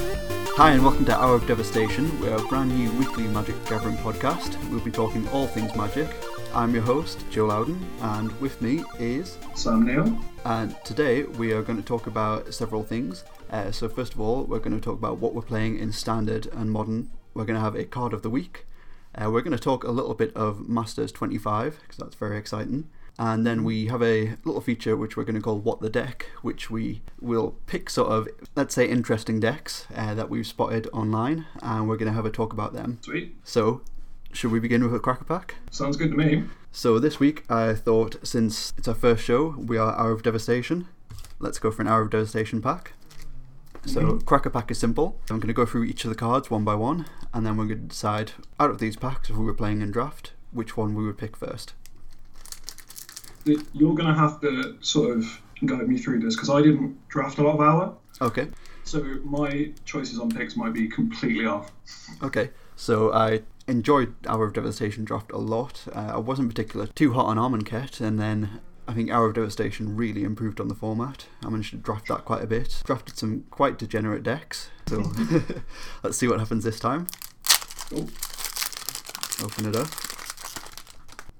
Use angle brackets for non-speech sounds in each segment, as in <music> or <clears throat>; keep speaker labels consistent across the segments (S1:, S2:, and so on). S1: Hi, and welcome to Hour of Devastation, our brand new weekly Magic the Gathering podcast. We'll be talking all things magic. I'm your host, Joe Loudon, and with me is.
S2: Sam Neil.
S1: And today we are going to talk about several things. Uh, so, first of all, we're going to talk about what we're playing in Standard and Modern. We're going to have a card of the week. Uh, we're going to talk a little bit of Masters 25, because that's very exciting. And then we have a little feature which we're going to call What the Deck, which we will pick sort of, let's say, interesting decks uh, that we've spotted online, and we're going to have a talk about them.
S2: Sweet.
S1: So, should we begin with a cracker pack?
S2: Sounds good to me.
S1: So, this week I thought since it's our first show, we are Hour of Devastation, let's go for an Hour of Devastation pack. So, cracker pack is simple. I'm going to go through each of the cards one by one, and then we're going to decide out of these packs, if we were playing in draft, which one we would pick first.
S2: Y- You're going to have to sort of guide me through this because I didn't draft a lot of hour,
S1: Okay.
S2: so my choices on picks might be completely off.
S1: Okay, so I enjoyed Hour of Devastation draft a lot. Uh, I wasn't particular too hot on Armanket, and then I think Hour of Devastation really improved on the format. I managed to draft that quite a bit. Drafted some quite degenerate decks, so <laughs> let's see what happens this time.
S2: Oh,
S1: Open it up.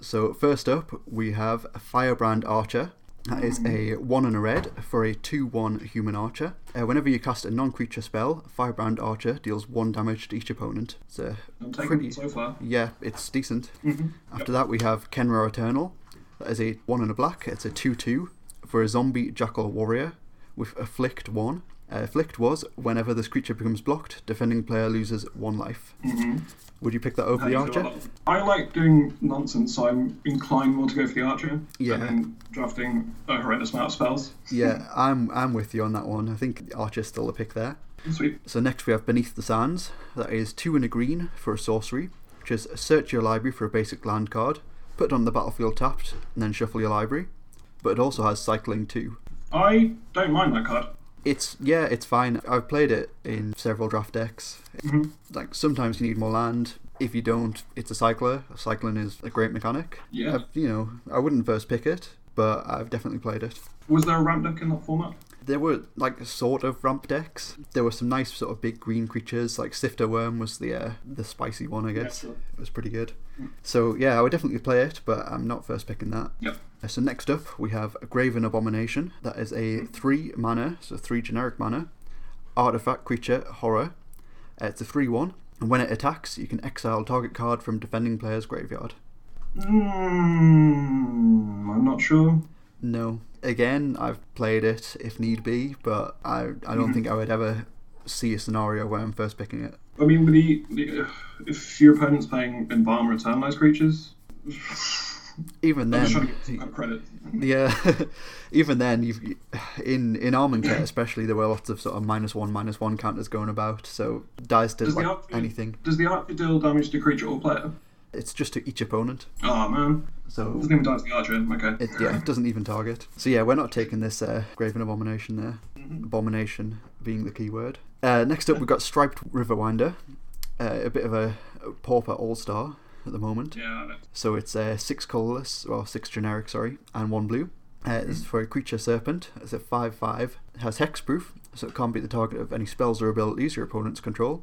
S1: So first up, we have Firebrand Archer. That is a one and a red for a two-one human archer. Uh, whenever you cast a non-creature spell, Firebrand Archer deals one damage to each opponent. It's a
S2: I'm taking
S1: pretty
S2: it so far.
S1: yeah, it's decent.
S2: Mm-hmm.
S1: After that, we have Kenra Eternal. That is a one and a black. It's a two-two for a zombie jackal warrior with afflict one. Uh, afflict was whenever this creature becomes blocked, defending player loses one life.
S2: Mm-hmm.
S1: Would you pick that over the
S2: How do you
S1: archer?
S2: feel about that? I like doing nonsense, so I'm inclined more to go for the archer
S1: Yeah.
S2: than drafting a horrendous amount of spells.
S1: Yeah, I'm I'm with you on that one. I think the archer's still a pick there.
S2: Sweet.
S1: So next we have Beneath the Sands. That is two and a green for a sorcery, which is search your library for a basic land card, put it on the battlefield tapped, and then shuffle your library. But it also has cycling too.
S2: I don't mind that card.
S1: It's yeah, it's fine. I've played it in several draft decks. Like sometimes you need more land. If you don't, it's a cycler. Cycling is a great mechanic.
S2: Yeah.
S1: I've- you know, I wouldn't first pick it, but I've definitely played it.
S2: Was there a ramp deck in that format?
S1: There were like sort of ramp decks. There were some nice sort of big green creatures. Like Sifter Worm was the uh, the spicy one, I guess.
S2: sure.
S1: It was pretty good. So yeah, I would definitely play it, but I'm not first picking that.
S2: Yep.
S1: Uh, So next up, we have Graven Abomination. That is a three mana, so three generic mana, artifact creature horror. Uh, it's a three one, and when it attacks, you can exile target card from defending player's graveyard.
S2: Mm, I'm not sure.
S1: No, again, I've played it if need be, but I I don't
S2: Mm-hmm.
S1: think I would ever see a scenario where I'm first picking it.
S2: I mean, with the, the if your opponent's playing Embalm or Eternalized creatures,
S1: Even
S2: I'm just trying to
S1: then,
S2: get some credit.
S1: yeah, <laughs> even then, you've in in Armanket especially there were lots of sort of minus one minus one counters going about. So dice did
S2: Does the
S1: like
S2: archer-
S1: anything.
S2: Does the archer deal damage to creature or player?
S1: It's just to each opponent.
S2: Oh man,
S1: So
S2: doesn't even die to the archer. Okay.
S1: It, yeah, it doesn't even target. So yeah, we're not taking this uh, Graven Abomination there. Abomination being the key word. Uh, next up, we've got Striped Riverwinder. Uh, a bit of a, a pauper all-star at the moment.
S2: <laughs> Yeah, I know.
S1: So it's uh, six colourless, well, six generic, sorry, and one blue. Uh,
S2: Mm.
S1: it's for a creature serpent. It's a 5 5. It has hexproof, so it can't be the target of any spells or abilities your opponents control.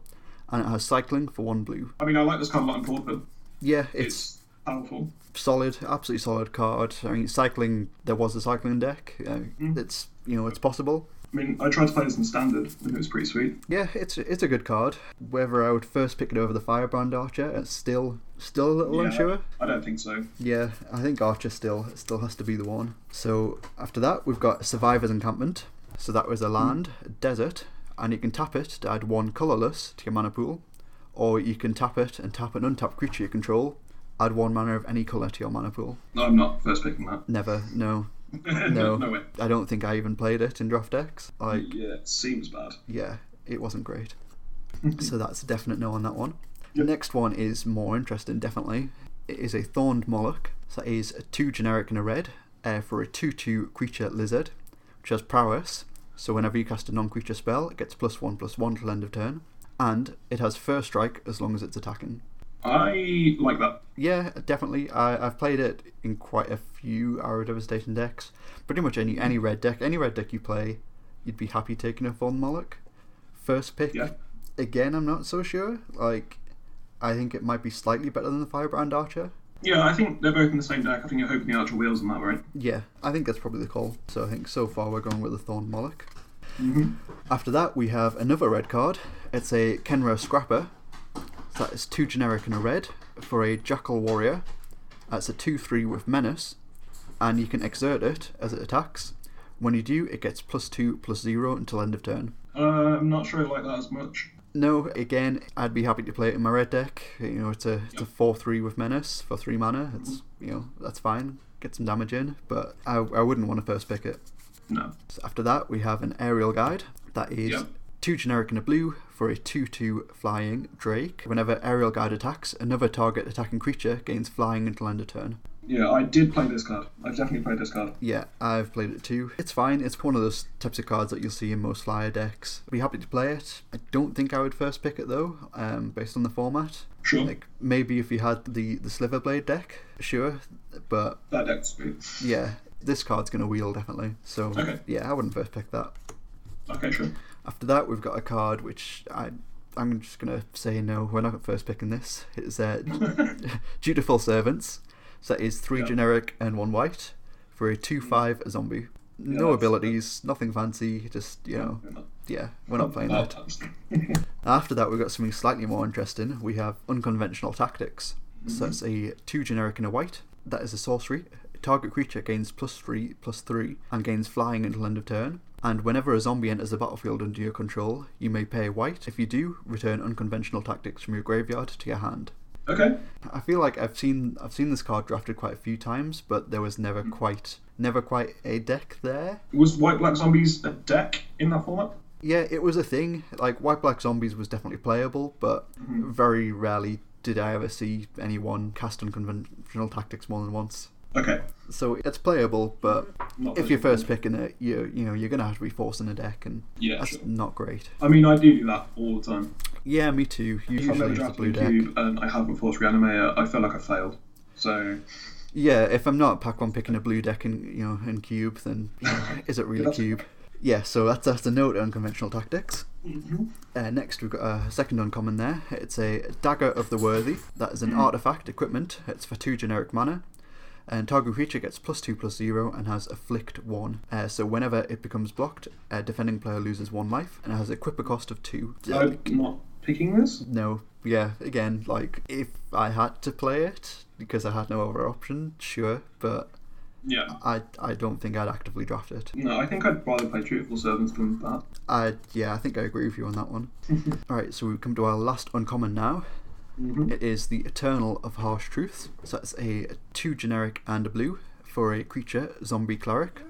S1: And it has cycling for one blue.
S2: I mean, I like this card a lot in Portland.
S1: Yeah, it's
S2: It's powerful.
S1: solid, absolutely solid card. I mean, cycling. There was a cycling deck. Uh,
S2: Mm.
S1: It's you know it's possible.
S2: I mean, I tried to play this in standard, and it was pretty sweet.
S1: Yeah, it's it's a good card. Whether I would first pick it over the Firebrand Archer, it's still still a little
S2: Yeah,
S1: unsure.
S2: I don't think so.
S1: Yeah, I think Archer still still has to be the one. So after that, we've got Survivor's Encampment. So that was a land, a desert, and you can tap it to add one colorless to your mana pool, or you can tap it and tap an untapped creature you control, add one mana of any color to your mana pool.
S2: No, I'm not first picking that. <laughs>
S1: Never, no, No.
S2: no. way.
S1: I don't think I even played it in draft decks. Like,
S2: Yeah, it seems bad. <laughs>
S1: yeah, it wasn't great. so that's a definite no on that one. The next one is more interesting, definitely. It is a Thorned Moloch. So that is a two generic and a red uh, for a 2 2 creature lizard, which has prowess. So whenever you cast a non creature spell, it gets plus 1 plus 1 till end of turn. And it has first strike as long as it's attacking.
S2: I like that.
S1: Yeah, definitely. I, I've played it in quite a few Arrow Devastation decks. Pretty much any any red deck, any red deck you play, you'd be happy taking a Von Moloch. First pick
S2: Yeah.
S1: again, I'm not so sure. Like, I think it might be slightly better than the Firebrand Archer.
S2: Yeah, I think they're both in the same deck. I think you're hoping the Archer wheels on that, right?
S1: Yeah, I think that's probably the call. So I think so far we're going with the Thorn Moloch.
S2: Mm-hmm.
S1: After that, we have another red card. It's a Kenro Scrapper. So that is two generic and a red for a Jackal Warrior. That's a 2 3 with Menace, and you can exert it as it attacks. When you do, it gets plus 2, plus 0 until end of turn.
S2: Uh, I'm not sure I like that as much.
S1: No, again, I'd be happy to play it in my red deck. You know, it's a it's a four three with menace for three mana. It's you know that's fine. Get some damage in, but I, I wouldn't want to first pick it.
S2: No.
S1: So after that, we have an aerial guide that is
S2: Yep.
S1: two generic and a blue for a two two flying drake. Whenever aerial guide attacks, another target attacking creature gains flying until end of turn.
S2: Yeah, I did play this card. I've definitely played this card.
S1: Yeah, I've played it too. It's fine. It's one of those types of cards that you'll see in most flyer decks. Be happy to play it. I don't think I would first pick it though, um, based on the format.
S2: Sure.
S1: Like maybe if you had the the Sliver Blade deck, sure, but
S2: that deck's good.
S1: yeah, this card's gonna wheel definitely. So
S2: Okay.
S1: yeah, I wouldn't first pick that.
S2: Okay, sure.
S1: After that, we've got a card which I I'm just gonna say no. We're not first picking this. It's uh, <laughs> Dutiful Servants. So that is three
S2: Yeah. Mm.
S1: generic and one white for a two five zombie. No
S2: that's-
S1: abilities, nothing fancy. Just you know, <laughs> yeah, we're not playing
S2: Uh,
S1: that. After that, we've got something slightly more interesting. We have unconventional tactics. So that's a two generic and a white. That is a sorcery. Target creature gains plus three, plus three, and gains flying until end of turn. And whenever a zombie enters the battlefield under your control, you may pay white. If you do, return unconventional tactics from your graveyard to your hand.
S2: <laughs> Okay.
S1: I feel like I've seen I've seen this card drafted quite a few times, but there was never quite never quite a deck there.
S2: Was White Black Zombies a deck in that format?
S1: Yeah, it was a thing. Like White Black Zombies was definitely playable, but
S2: Mm-hmm.
S1: very rarely did I ever see anyone cast unconventional tactics more than once.
S2: Okay.
S1: So it's playable, but
S2: Not
S1: if you're
S2: playable.
S1: first picking it, you you know you're gonna have to be forcing a deck, and
S2: Yeah,
S1: that's
S2: sure.
S1: not great.
S2: I mean, I do do that all the time.
S1: Yeah, me too.
S2: I've
S1: Usually
S2: never
S1: it's the blue
S2: drafted a
S1: deck.
S2: cube and I haven't forced Reanimator. I feel like I failed. So
S1: Yeah, if I'm not pack one picking a blue deck in you know in cube, then you know, is it really
S2: <laughs> That's-
S1: cube? Yeah, so that's that's a note on conventional tactics. Uh, next, we've got a second uncommon there. It's a Dagger of the Worthy. That is an artifact equipment. It's for two generic mana. And target creature gets plus two plus zero and has afflict one. Uh, so whenever it becomes blocked, a defending player loses one life and has a equipper cost of two.
S2: I'm not picking this.
S1: No, yeah, again, like if I had to play it because I had no other option, sure, but
S2: Yeah.
S1: I I don't think I'd actively draft it.
S2: No, I think I'd rather play Truthful Servants than that.
S1: I yeah, I think I agree with you on that one. All right, so we come to our last uncommon now. It is the Eternal of Harsh Truths. So that's a two generic and a blue for a creature zombie cleric.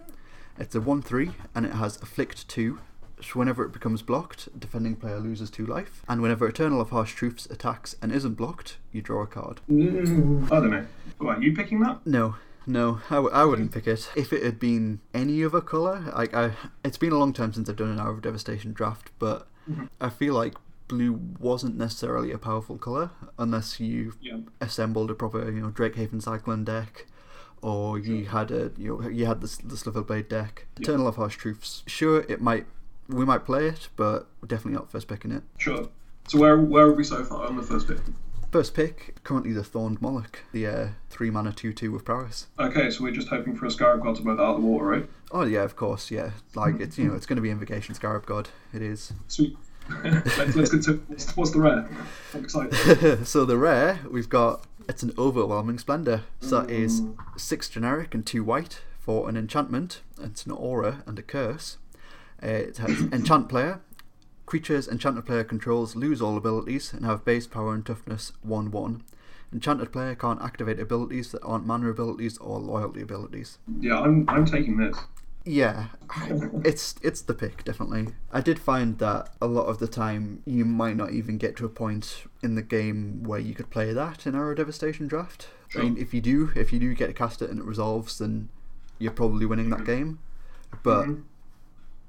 S1: It's a one three and it has afflict two. So whenever it becomes blocked, defending player loses two life. And whenever Eternal of Harsh Truths attacks and isn't blocked, you draw a card.
S2: Mm, I don't know. Why, are you picking that?
S1: No, no, I, w- I wouldn't pick it. If it had been any other color, like I, it's been a long time since I've done an Hour of Devastation draft, but I feel like blue wasn't necessarily a powerful color unless you
S2: Yeah.
S1: assembled a proper, you know, Drakehaven Cyclone deck, or you had a, you know, you had the S- the Sliver Blade deck. Eternal of Harsh Truths. Sure, it might, we might play it, but we're definitely not first picking it.
S2: Sure. So where where are we so far on the first pick?
S1: First pick currently the Thorned Moloch, the uh, three mana two two with prowess.
S2: Okay, so we're just hoping for a Scarab God to blow that out of the water, right?
S1: Oh yeah, of course, yeah. Like it's you know it's going to be Invocation Scarab God. It is.
S2: Sweet. <laughs> let's, let's get to what's, what's the rare? I'm
S1: <laughs>
S2: excited.
S1: so the rare we've got it's an overwhelming splendor. So that is six generic and two white for an enchantment. It's an aura and a curse. Uh, It has <coughs> enchant player. Creatures enchanted player controls lose all abilities and have base power and toughness one one. Enchanted player can't activate abilities that aren't mana abilities or loyalty abilities.
S2: Yeah, I'm I'm taking this.
S1: Yeah, it's it's the pick definitely. I did find that a lot of the time you might not even get to a point in the game where you could play that in Arrow Devastation draft. I mean,
S2: Sure.
S1: if you do, if you
S2: Mm-hmm.
S1: uh, do get to cast it and it resolves, then you're probably winning that game. But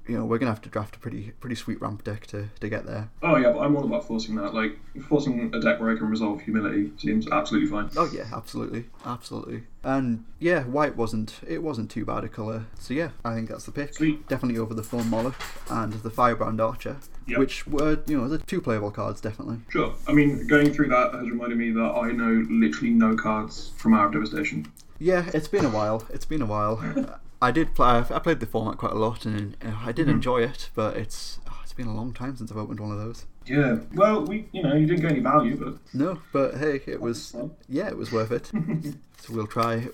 S1: you know, we're gonna have to draft a pretty pretty sweet ramp deck to, to get there.
S2: Oh yeah, but I'm all about forcing that. Like forcing a deck where I can resolve humility seems absolutely fine.
S1: Oh yeah, absolutely, absolutely. And yeah, white wasn't it wasn't too bad a color. So yeah, I think that's the pick.
S2: Sweet.
S1: Definitely over the Thorn Moloch and the Firebrand Archer,
S2: Yep.
S1: which were you know the two playable cards definitely.
S2: Sure. I mean, going through that has reminded me that I know literally no cards from Hour of Devastation.
S1: Yeah, it's been a while. It's been a while. I did play. I played the format quite a lot, and uh, I did enjoy it. But it's oh, it's been a long time since I've opened one of those.
S2: Yeah. Well, we you know you didn't get any value, but
S1: No, but hey, it was yeah, it was worth it.
S2: <laughs>
S1: so we'll try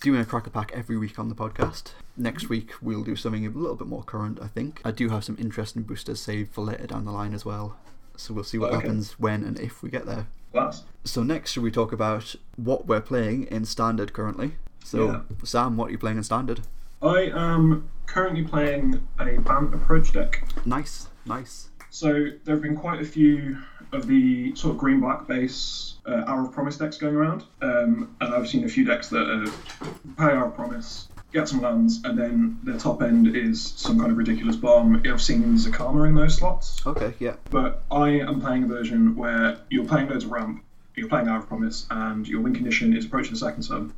S1: doing a cracker pack every week on the podcast. Next week we'll do something a little bit more current, I think. I do have some interesting boosters saved for later down the line as well. So we'll see what
S2: Okay.
S1: happens when and if we get there.
S2: class.
S1: So next, should we talk about what we're playing in standard currently? So Sam, what are you playing in standard?
S2: I am currently playing a Bant approach deck.
S1: Nice, nice.
S2: So there have been quite a few of the sort of green black base uh, Hour of Promise decks going around, um, and I've seen a few decks that are pay Hour of Promise, get some lands, and then their top end is some kind of ridiculous bomb. I've seen Zakama in those slots,
S1: Okay, yeah,
S2: but I am playing a version where you're playing loads of ramp, you're playing Hour of Promise, and your win condition is approaching the second sub.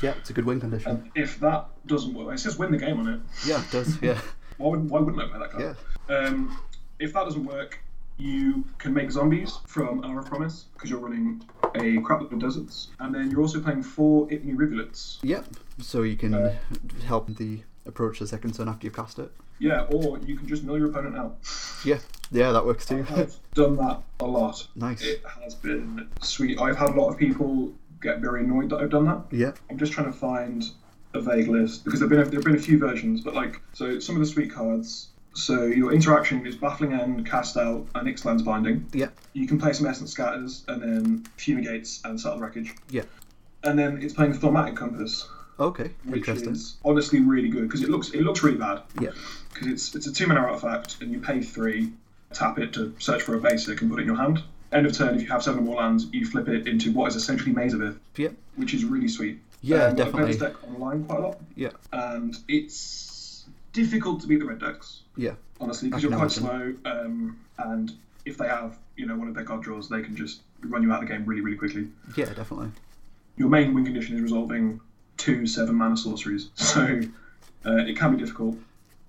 S1: yeah, it's a good win condition.
S2: If that doesn't work, it says win the game on it.
S1: Yeah, it does. Yeah,
S2: Why, would, why wouldn't I play that card?
S1: yeah.
S2: Um, if that doesn't work, you can make zombies from Hour of Promise because you're running a crap load of deserts, and then you're also playing four Ipni rivulets.
S1: Yep. So you can help the approach the second turn after you've cast it.
S2: Yeah, or you can just mill your opponent out.
S1: Yeah, yeah, that works too.
S2: I've
S1: <laughs>
S2: done that a lot.
S1: nice.
S2: It has been sweet. I've had a lot of people get very annoyed that I've done that.
S1: Yeah,
S2: I'm just trying to find a vague list because there've been a, there've been a few versions, but like so some of the sweet cards. So your interaction is baffling end, cast out, and Ixalan's binding.
S1: yeah,
S2: You can play some Essence Scatters and then Fumigates and Settle Wreckage.
S1: yeah.
S2: And then it's playing Thormatic Compass,
S1: Okay,
S2: which
S1: interesting.
S2: is honestly really good because it looks it looks really bad
S1: Yeah,
S2: because it's it's a two mana artifact and you pay three, tap it to search for a basic and put it in your hand. End of turn, if you have seven or more lands, you flip it into what is essentially Maze of Earth,
S1: yeah,
S2: which is really sweet. Um,
S1: Yeah,
S2: I play
S1: definitely.
S2: this deck online quite a lot,
S1: yeah,
S2: and it's difficult to beat the red decks
S1: yeah,
S2: honestly,
S1: I
S2: because you're
S1: can
S2: quite slow. Um, and if they have, you know, one of their card draws, they can just run you out of the game really, really quickly.
S1: yeah. Definitely.
S2: Your main win condition is resolving two seven mana sorceries, <laughs> so uh, it can be difficult.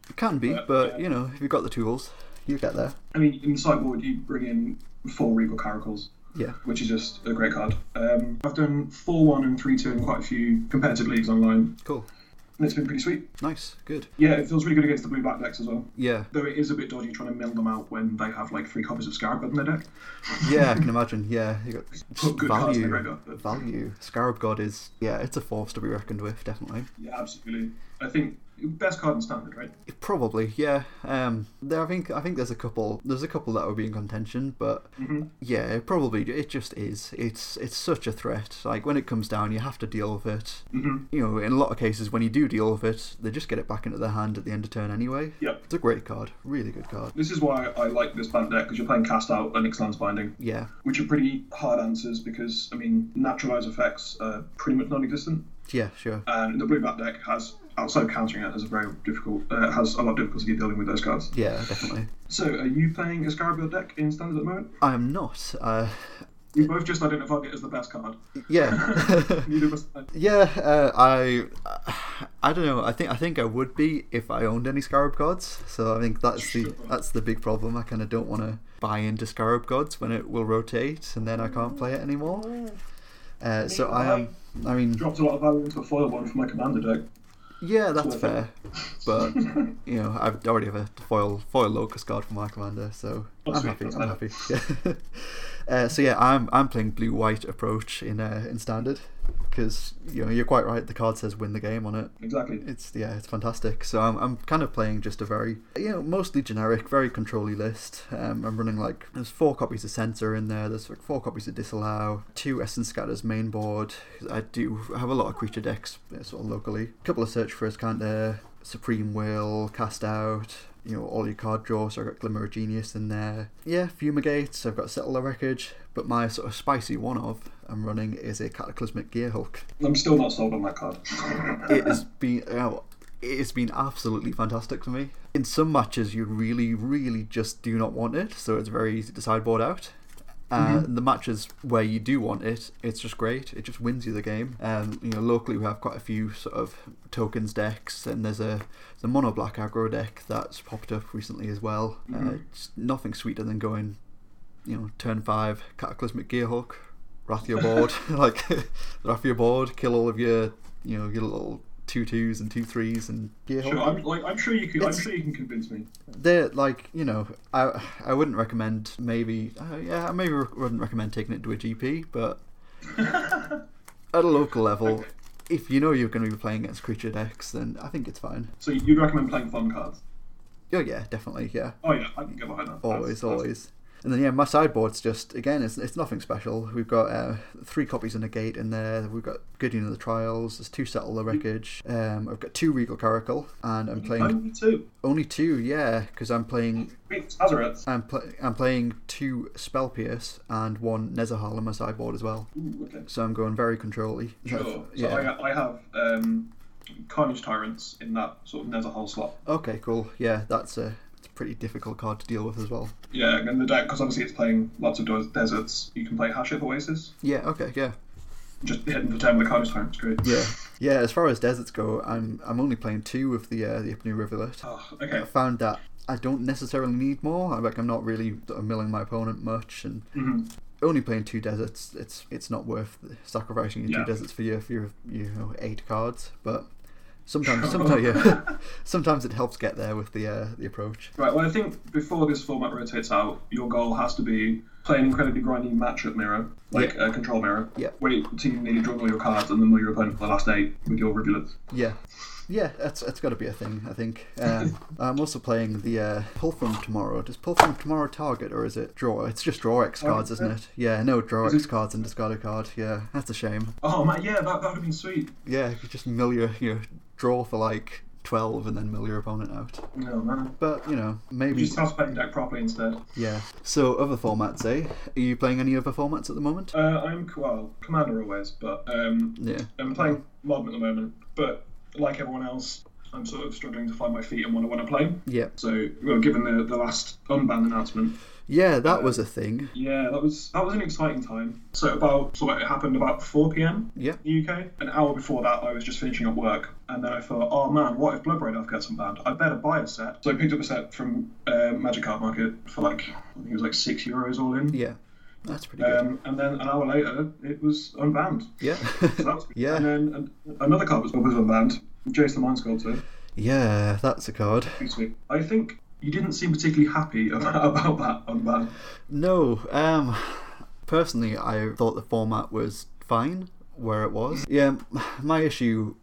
S1: It can be,
S2: But,
S1: but
S2: yeah.
S1: you know, if you've got the tools, you get there.
S2: I mean, in the sideboard, you bring in four Regal Caracals,
S1: Yeah,
S2: which is just a great card. Um, I've done four one and three two in quite a few competitive leagues online,
S1: cool,
S2: and it's been pretty sweet.
S1: nice, good.
S2: Yeah, it feels really good against the blue black decks as well.
S1: Yeah,
S2: Though it is a bit dodgy trying to mill them out when they have like three copies of Scarab God in their deck.
S1: yeah, I can imagine. Yeah, you got
S2: Put good cards in
S1: value.
S2: the graveyard. but-
S1: Value. Scarab God is yeah, it's a force to be reckoned with, definitely.
S2: Yeah, absolutely. I think best card in standard, right?
S1: Probably, yeah. Um, there, I think I think there's a couple. There's a couple that would be in contention, but yeah, it probably it just is. It's it's such a threat. Like when it comes down, you have to deal with it.
S2: Mhm.
S1: You know, in a lot of cases, when you do deal with it, they just get it back into their hand at the end of turn anyway.
S2: Yep.
S1: It's a great card, really good card.
S2: This is why I like this band deck because you're playing Cast Out and Ixalan's Binding,
S1: Yeah,
S2: which are pretty hard answers because I mean naturalize effects are pretty much non-existent,
S1: yeah, sure.
S2: and the blue black deck has outside of countering it has a very difficult uh, has a lot of difficulty dealing with those cards.
S1: Yeah, definitely.
S2: So are you playing a Scarab deck in standard at the moment?
S1: I am not. Uh,
S2: We both just identified it as the best card.
S1: yeah.
S2: <laughs> Neither of us. uh,
S1: Yeah, uh, I, I don't know. I think I think I would be if I owned any Scarab gods. So I think that's the
S2: Sure.
S1: that's the big problem. I kind of don't want to buy into Scarab gods when it will rotate, and then I can't play it
S2: Mm.
S1: anymore. Uh, so I am. I mean,
S2: Dropped a lot of value into a foil one for my commander deck.
S1: yeah, that's fair,
S2: <laughs>
S1: but you know, I already have a foil foil locust card for my commander, so I'm
S2: sweet,
S1: happy.
S2: that's
S1: I'm happy. <laughs> Yeah. uh, so yeah, I'm I'm playing blue white approach in uh, in standard because you know you're quite right. The card says win the game on it.
S2: Exactly.
S1: It's yeah, it's fantastic. So I'm, I'm kind of playing just a very you know mostly generic, very controlly list. Um, I'm running like there's four copies of Censor in there. There's like four copies of Disallow, two Essence Scatters main board. I do have a lot of creature decks uh, sort of locally. A couple of Search for Us Counter, Supreme Will, Cast Out. You know all your card draws. So I've got Glimmer of Genius in there. Yeah, Fumigates. I've got Settle the Wreckage. But my sort of spicy one of I'm running is a Cataclysmic Gear Hulk
S2: I'm still not sold on that card.
S1: it has been. You know, it's been absolutely fantastic for me. In some matches, you really, really just do not want it, so it's very easy to sideboard out. Uh, The matches where you do want it, it's just great. It just wins you the game. Um, you know, locally we have quite a few sort of tokens decks, and there's a the mono black aggro deck that's popped up recently as well. Uh, it's nothing sweeter than going, you know, turn five cataclysmic gearhook, wrath your
S2: <laughs>
S1: board, <laughs> like wrath your board, kill all of your you know your little two twos and two threes and gearhook
S2: <laughs> Sure, I'm, like, I'm sure you could. I'm
S1: It's-
S2: sure you can convince me. <laughs>
S1: they're like you know I I wouldn't recommend maybe uh, yeah I maybe rec- wouldn't recommend taking it to a GP but at a local level if you know you're going to be playing against creature decks then I think it's fine
S2: So you'd recommend playing fun cards?
S1: oh yeah definitely yeah
S2: Oh yeah, I can go behind that. That's-
S1: always
S2: that's-
S1: always and then yeah my sideboard's just again it's, it's nothing special we've got uh, three copies in a gate in there we've got Gideon of the Trials there's two Settle the Wreckage um, I've got two Regal Caracal and I'm
S2: Oh,
S1: playing
S2: me too.
S1: only two yeah because I'm playing
S2: Wait, Azareth.
S1: I'm, pl- I'm playing two Spell Pierce and one Nezahal on my sideboard as well.
S2: Ooh, okay.
S1: So I'm going very controlly.
S2: Sure. So I, I have um, Carnage Tyrants in that sort of Netherhull slot.
S1: Okay, cool. Yeah, that's a, it's a pretty difficult card to deal with as well.
S2: Yeah, and the deck because obviously it's playing lots of des- deserts. You can play Haship Oasis.
S1: Yeah, okay, yeah.
S2: Just hitting the turn with the Carnage Tyrants, great.
S1: Yeah. Yeah, as far as deserts go, I'm I'm only playing two of the uh, the Ipnu Rivulet.
S2: Oh,
S1: I
S2: okay.
S1: found that I don't necessarily need more. I like I'm not really sort of milling my opponent much and
S2: hmm
S1: only playing two deserts, it's it's not worth sacrificing your
S2: Yeah.
S1: two deserts for your for your you know eight cards. But sometimes sometimes yeah, <laughs> sometimes it helps get there with the uh, the approach.
S2: Right. Well, I think before this format rotates out, your goal has to be play an incredibly grindy matchup mirror, like a control mirror.
S1: Yeah.
S2: Wait until you nearly drug all your cards and then mill your opponent for the last eight with your rivulets.
S1: Yeah. Yeah, that's that's got to be a thing. I think um,
S2: <laughs>
S1: I'm also playing the uh, pull from tomorrow. Does pull from tomorrow target or is it draw? It's just draw
S2: Oh,
S1: X cards, isn't it? Yeah, no draw X
S2: Mm-hmm.
S1: cards and discard a card. Yeah, that's a shame.
S2: Oh man, yeah, that that would have been sweet.
S1: Yeah, you just mill your you know, draw for like twelve and then mill your opponent out.
S2: No man.
S1: But you know maybe
S2: You just have to play the deck properly instead.
S1: Yeah. So other formats, eh? Are you playing any other formats at the moment?
S2: Uh, I'm well, commander always, but um,
S1: Yeah.
S2: I'm playing modern at the moment. But like everyone else, I'm sort of struggling to find my feet and what I want to play.
S1: Yeah.
S2: So, well, given the, the last unbanned announcement,
S1: Yeah,
S2: Uh,
S1: that was a thing.
S2: yeah, that was that was an exciting time. So about so it happened about 4 p.m.
S1: Yeah.
S2: in the UK. An hour before that, I was just finishing up work, and then I thought, oh man, what if Blood Raid I've got some banned? I better buy a set. So I picked up a set from uh, Magic Card Market for like I think it was like six euros all in.
S1: Yeah. That's pretty good.
S2: Um, and then an hour later, it was unbanned. So
S1: Yeah. <laughs>
S2: that was good. Uh,
S1: Yeah.
S2: And then an, another card was, was unbanned. Jace the Mind Sculptor.
S1: yeah, that's a card.
S2: Excuse me. I think you didn't seem particularly happy <laughs> about, about that unban.
S1: No, um personally I thought the format was fine where it was. Yeah, m- my issue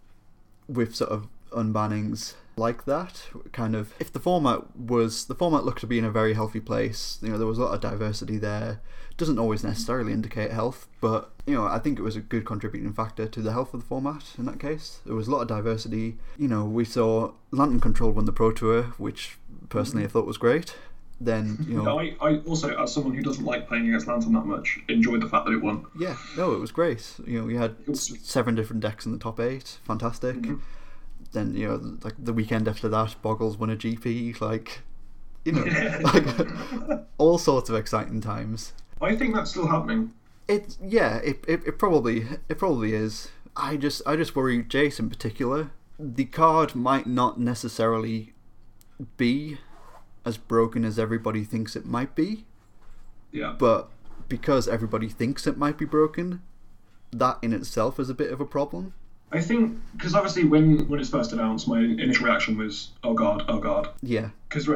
S1: with sort of unbannings like that kind of if the format was the format looked to be in a very healthy place you know there was a lot of diversity there doesn't always necessarily indicate health but you know i think it was a good contributing factor to the health of the format in that case there was a lot of diversity you know we saw lantern control won the pro tour which personally i thought was great then you know
S2: <laughs> Now, I, I also, as someone who doesn't like playing against Lantern that much, enjoyed the fact that
S1: <laughs>
S2: it won.
S1: Yeah, no, it was great. You know, we had
S2: was
S1: s- seven different decks in the top eight. Fantastic. Then you know, like the weekend after that, Boggles won a GP. Like, you know, like all sorts of exciting times.
S2: I think that's still happening.
S1: It yeah, it, it, it probably it probably is. I just I just worry Jace in particular. The card might not necessarily be as broken as everybody thinks it might be
S2: Yeah.
S1: but because everybody thinks it might be broken, that in itself is a bit of a problem.
S2: I think, because obviously when, when it's first announced, my initial reaction was, oh god, oh god.
S1: Yeah,
S2: because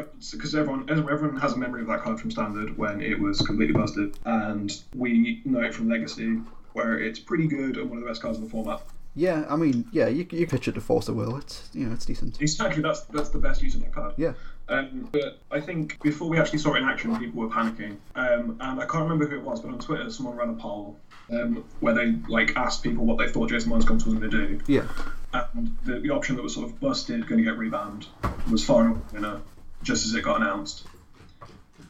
S2: everyone everyone has a memory of that card from standard when it was completely busted, and we know it from legacy where it's pretty good and one of the best cards in the format.
S1: yeah. I mean, yeah, you you pitch it to Force of Will. It's you know it's decent.
S2: Exactly, that's that's the best use of that card.
S1: Yeah,
S2: Um, but I think before we actually saw it in action, people were panicking, um, and I can't remember who it was, but on Twitter someone ran a poll um, where they like asked people what they thought Jason Minescombs was going to do,
S1: yeah,
S2: and the, the option that was sort of busted, going to get rebanned, was far and away the winner, just as it got announced.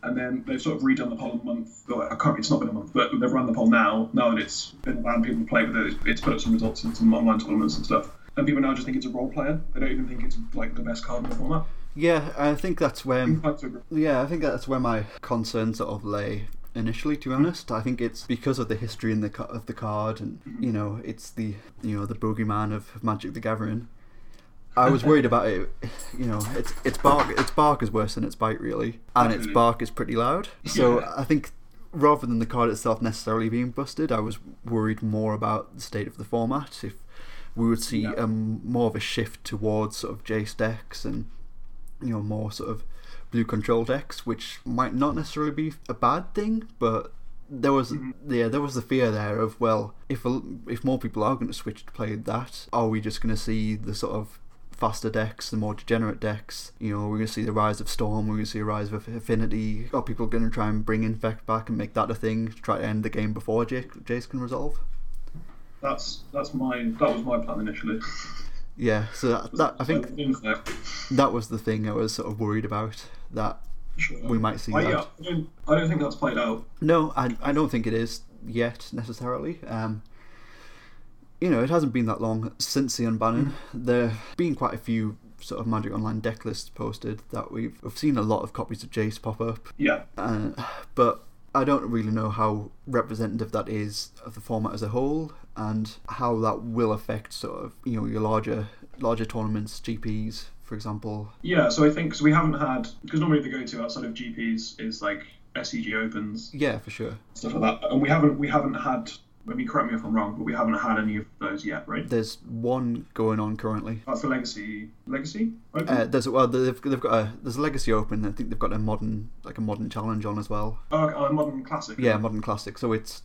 S2: And then they've sort of redone the poll a month. Well, I can't. It's not been a month, but they've run the poll now. Now that it's been banned, people play with it. It's put up some results in some online tournaments and stuff. and people now just think it's a role player. They don't even think it's like the best card in the format.
S1: Yeah, I think that's where
S2: I'm quite agree.
S1: yeah, I think that's where my concerns sort of lay initially. To be
S2: Hmm.
S1: honest, I think it's because of the history and the ca- of the card, and
S2: Hmm.
S1: you know, it's the you know the boogeyman of Magic the Gathering. I was worried about it. You know, its its bark its bark is worse than its bite really, and its
S2: Definitely.
S1: bark is pretty loud. So
S2: Yeah.
S1: I think rather than the card itself necessarily being busted, I was worried more about the state of the format. If we would see
S2: Yeah.
S1: um, more of a shift towards sort of Jace decks and you know more sort of blue control decks, which might not necessarily be a bad thing, but there was yeah there was the fear there of well if a, if more people are going to switch to play that, are we just going to see the sort of faster decks, the more degenerate decks? You know, we're going to see the rise of Storm, we're going to see a rise of Affinity. Are people going to try and bring Infect back and make that a thing to try to end the game before Jace, Jace can resolve?
S2: That's that's my that was my plan initially.
S1: Yeah, so that, that I think
S2: In fact,
S1: that was the thing I was sort of worried about. That
S2: sure.
S1: we might see
S2: I,
S1: that.
S2: yeah, I don't, I don't think that's played out.
S1: No, I, I don't think it is yet necessarily. Um, you know, it hasn't been that long since the unbanning. There have been quite a few sort of Magic Online deck lists posted that we've, we've seen a lot of copies of Jace pop up,
S2: Yeah,
S1: uh, but I don't really know how representative that is of the format as a whole and how that will affect sort of you know your larger larger tournaments, GPs, for example.
S2: yeah. So I think because we haven't had because normally the go-to outside of GPS is like SEG Opens
S1: Yeah, for sure.
S2: stuff like that, and we haven't we haven't had. I mean, correct me if I'm wrong, but we haven't had any of those yet, right?
S1: There's one going on currently.
S2: That's the legacy legacy. Open?
S1: Uh, there's well, they've, they've got a there's a legacy open. I think they've got a modern like a modern challenge on as well.
S2: Oh, okay, oh, modern classic.
S1: Yeah, modern classic. So it's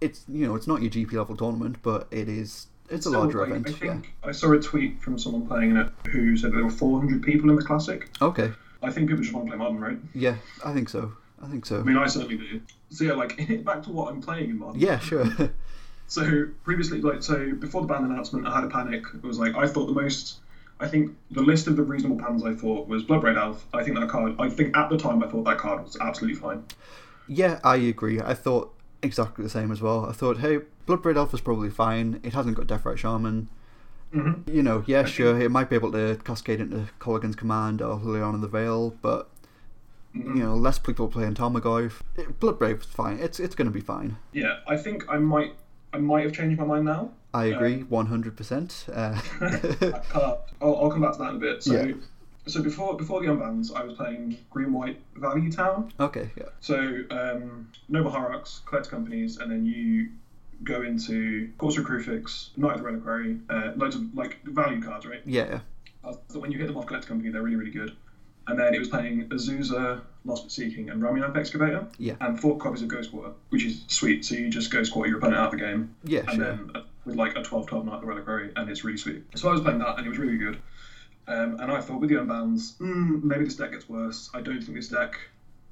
S1: it's you know it's not your GP level tournament, but it is it's a
S2: So,
S1: larger
S2: like,
S1: event.
S2: I think I saw a tweet from someone playing in it who said there were 400 people in the classic.
S1: yeah. Okay.
S2: I think people just want to play modern, right?
S1: Yeah, I think so. I think so.
S2: I mean, I certainly do. So yeah, like <laughs> back to what I'm playing in modern.
S1: Yeah, sure. <laughs>
S2: So previously, like so before the ban announcement, I had a panic. It was like I thought the most. I think the list of the reasonable bans I thought was Bloodbraid Elf. I think that card. I think at the time I thought that card was absolutely fine.
S1: yeah, I agree. I thought exactly the same as well. I thought, hey, Bloodbraid Elf is probably fine. It hasn't got Deathrite Shaman.
S2: Mhm.
S1: You know, yeah, sure, it might be able to cascade into Colligan's Command or Hulion of the Veil, but
S2: Mhm.
S1: you know, less people playing Tarmogoyf. It- Bloodbraid's fine. It's it's going to be fine.
S2: Yeah, I think I might. I might have changed my mind now.
S1: I agree, one hundred percent. Uh, <laughs>
S2: that card. uh, I'll, I'll <laughs> come back to that in a bit. So,
S1: Yeah.
S2: so before before the unbans, I was playing Green White Value Town.
S1: Okay, yeah,
S2: So um, Nova Hierarchs, collect companies, and then you go into Corsair Crucifix, Knight of the Reliquary, uh, loads of like value cards, right?
S1: yeah, yeah.
S2: Uh, So when you hit them off collect company, they're really really good. And then it was playing Azusa, Lost But Seeking, and Raminath Excavator,
S1: Yeah.
S2: and four copies of Ghost Quarter, which is sweet. So you just Ghost Quarter your opponent out of the game,
S1: yeah,
S2: and
S1: sure.
S2: then uh, with like a 12 12 Knight of the Reliquary, and it's really sweet. So I was playing that, and it was really good. Um, and I thought with the unbounds, mm, maybe this deck gets worse. I don't think this deck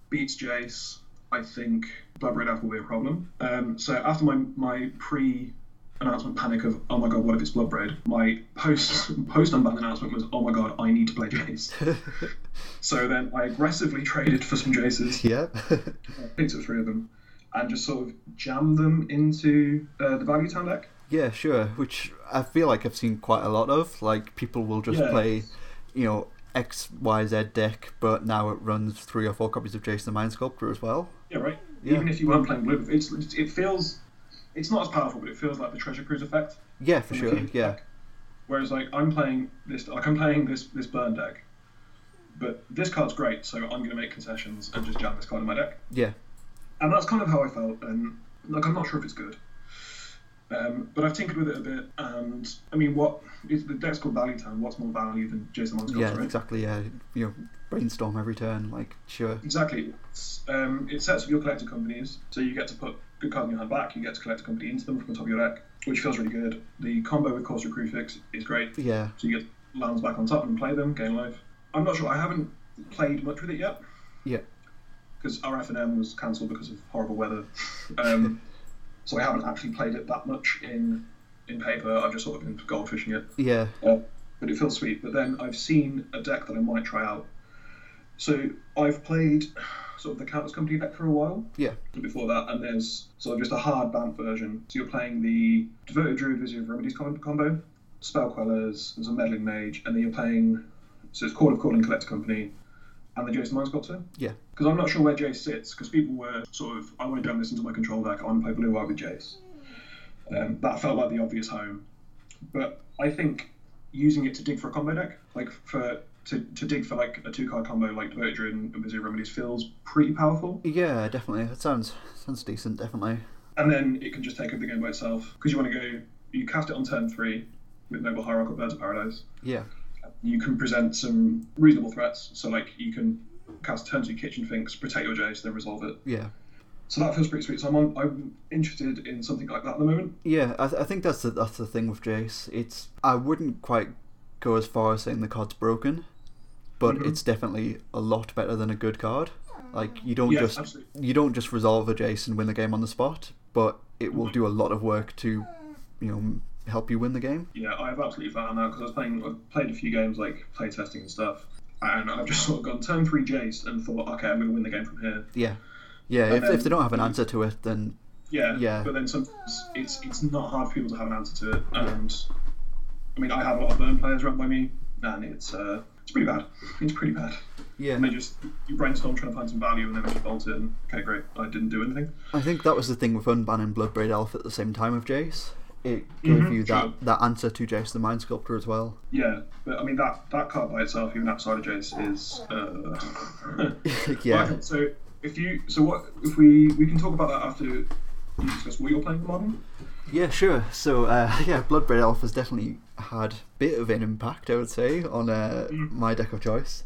S2: beats Jace. I think Blood Red Elf will be a problem. Um, so after my, my pre announcement panic of, oh my god, what if it's Blood Red? My post <laughs> post unbound announcement was, oh my god, I need to play Jace. so then I aggressively <laughs> traded for some Jaces
S1: <laughs> yeah, <laughs>
S2: picked up three of them and just sort of jammed them into uh, the value town deck.
S1: yeah, sure. Which I feel like I've seen quite a lot of. Like people will just
S2: Yeah.
S1: play, you know, X Y Z deck, but now it runs three or four copies of Jason the Mind Sculptor as well.
S2: Yeah, right.
S1: Yeah.
S2: Even if you weren't playing blue, it's it feels it's not as powerful, but it feels like the treasure cruise effect.
S1: Yeah, for
S2: from
S1: sure.
S2: the Keep
S1: Yeah,
S2: deck. Whereas like I'm playing this, like I'm playing this this burn deck, but this card's great, so I'm going to make concessions and just jam this card in my deck.
S1: yeah,
S2: and that's kind of how I felt. And like, I'm not sure if it's good, um, but I've tinkered with it a bit. And I mean, what is the deck's called Value Town? What's more value than Jason Mon's
S1: yeah.
S2: right?
S1: Exactly. Yeah, you know, brainstorm every turn. Like sure.
S2: Exactly. It's, um, it sets up your collector companies, so you get to put good cards in your hand back. You get to collect a company into them from the top of your deck, which feels really good. The combo with Corsair Crucifix is great,
S1: Yeah,
S2: so you get lands back on top and play them, gain life. I'm not sure. I haven't played much with it yet.
S1: yeah.
S2: because our F and M was cancelled because of horrible weather. Um, <laughs> so I haven't actually played it that much in in paper. I've just sort of been goldfishing it,
S1: Yeah,
S2: uh, but it feels sweet. But then I've seen a deck that I might try out. So I've played sort of the Counters Company deck for a while
S1: yeah,
S2: before that, and there's sort of just a hard band version. So you're playing the Devoted Druid Vizier of Remedies com- combo. Spell Quellers, there's a Meddling Mage, and then you're playing. So it's Call of Calling Collect Company and the Jace Mind Sculptor.
S1: Yeah.
S2: Because I'm not sure where Jace sits, because people were sort of, I won't down this into my control deck, I want to play Blue Eye with Jace. Um, that felt like the obvious home. But I think using it to dig for a combo deck, like for to, to dig for like a two card combo like Vertidrin and Vizier Remedies feels pretty powerful.
S1: Yeah, definitely. That sounds sounds decent. Definitely.
S2: And then it can just take up the game by itself, because you want to go, you cast it on turn three with Noble Hierarch or Birds of Paradise.
S1: Yeah.
S2: you can present some reasonable threats. So like you can cast turn two kitchen finks, protect your Jace, then resolve it.
S1: Yeah.
S2: So that feels pretty sweet. So I'm on, I'm interested in something like that at the moment.
S1: Yeah, I, th- I think that's the, that's the thing with Jace. It's I wouldn't quite go as far as saying the card's broken, but
S2: Mhm.
S1: it's definitely a lot better than a good card. Like you don't
S2: Yeah,
S1: just
S2: absolutely.
S1: you don't just resolve a Jace and win the game on the spot, but it
S2: Mm-hmm.
S1: will do a lot of work to, you know, help you win the game.
S2: Yeah, I've absolutely found that because I was playing, I've played a few games like playtesting and stuff, and I've just <laughs> sort of gone turn three Jace and thought, okay, I'm going to win the game from here.
S1: Yeah, yeah.
S2: And
S1: If, if they
S2: then-
S1: don't have an answer to it, then
S2: Yeah.
S1: Yeah.
S2: But then sometimes it's it's not hard for people to have an answer to it, and I mean, I have a lot of burn players run by me, and it's uh, it's pretty bad. It's pretty bad.
S1: yeah.
S2: And they just you brainstorm trying to find some value, and then they just bolt it. And, okay, great. I didn't do anything.
S1: I think that was the thing with unbanning Bloodbraid Elf at the same time with Jace. It gave
S2: Mhm,
S1: you that,
S2: true.
S1: that answer to Jace the Mind Sculptor as well.
S2: Yeah, but I mean that that card by itself, even outside of Jace, is. Uh... <laughs>
S1: yeah.
S2: Right, so if you so what if we we can talk about that after you discuss what you're playing modern.
S1: Yeah, sure. So, uh, <laughs> yeah, Bloodbraid Elf has definitely had a bit of an impact, I would say, on uh,
S2: Mm-hmm.
S1: my deck of choice.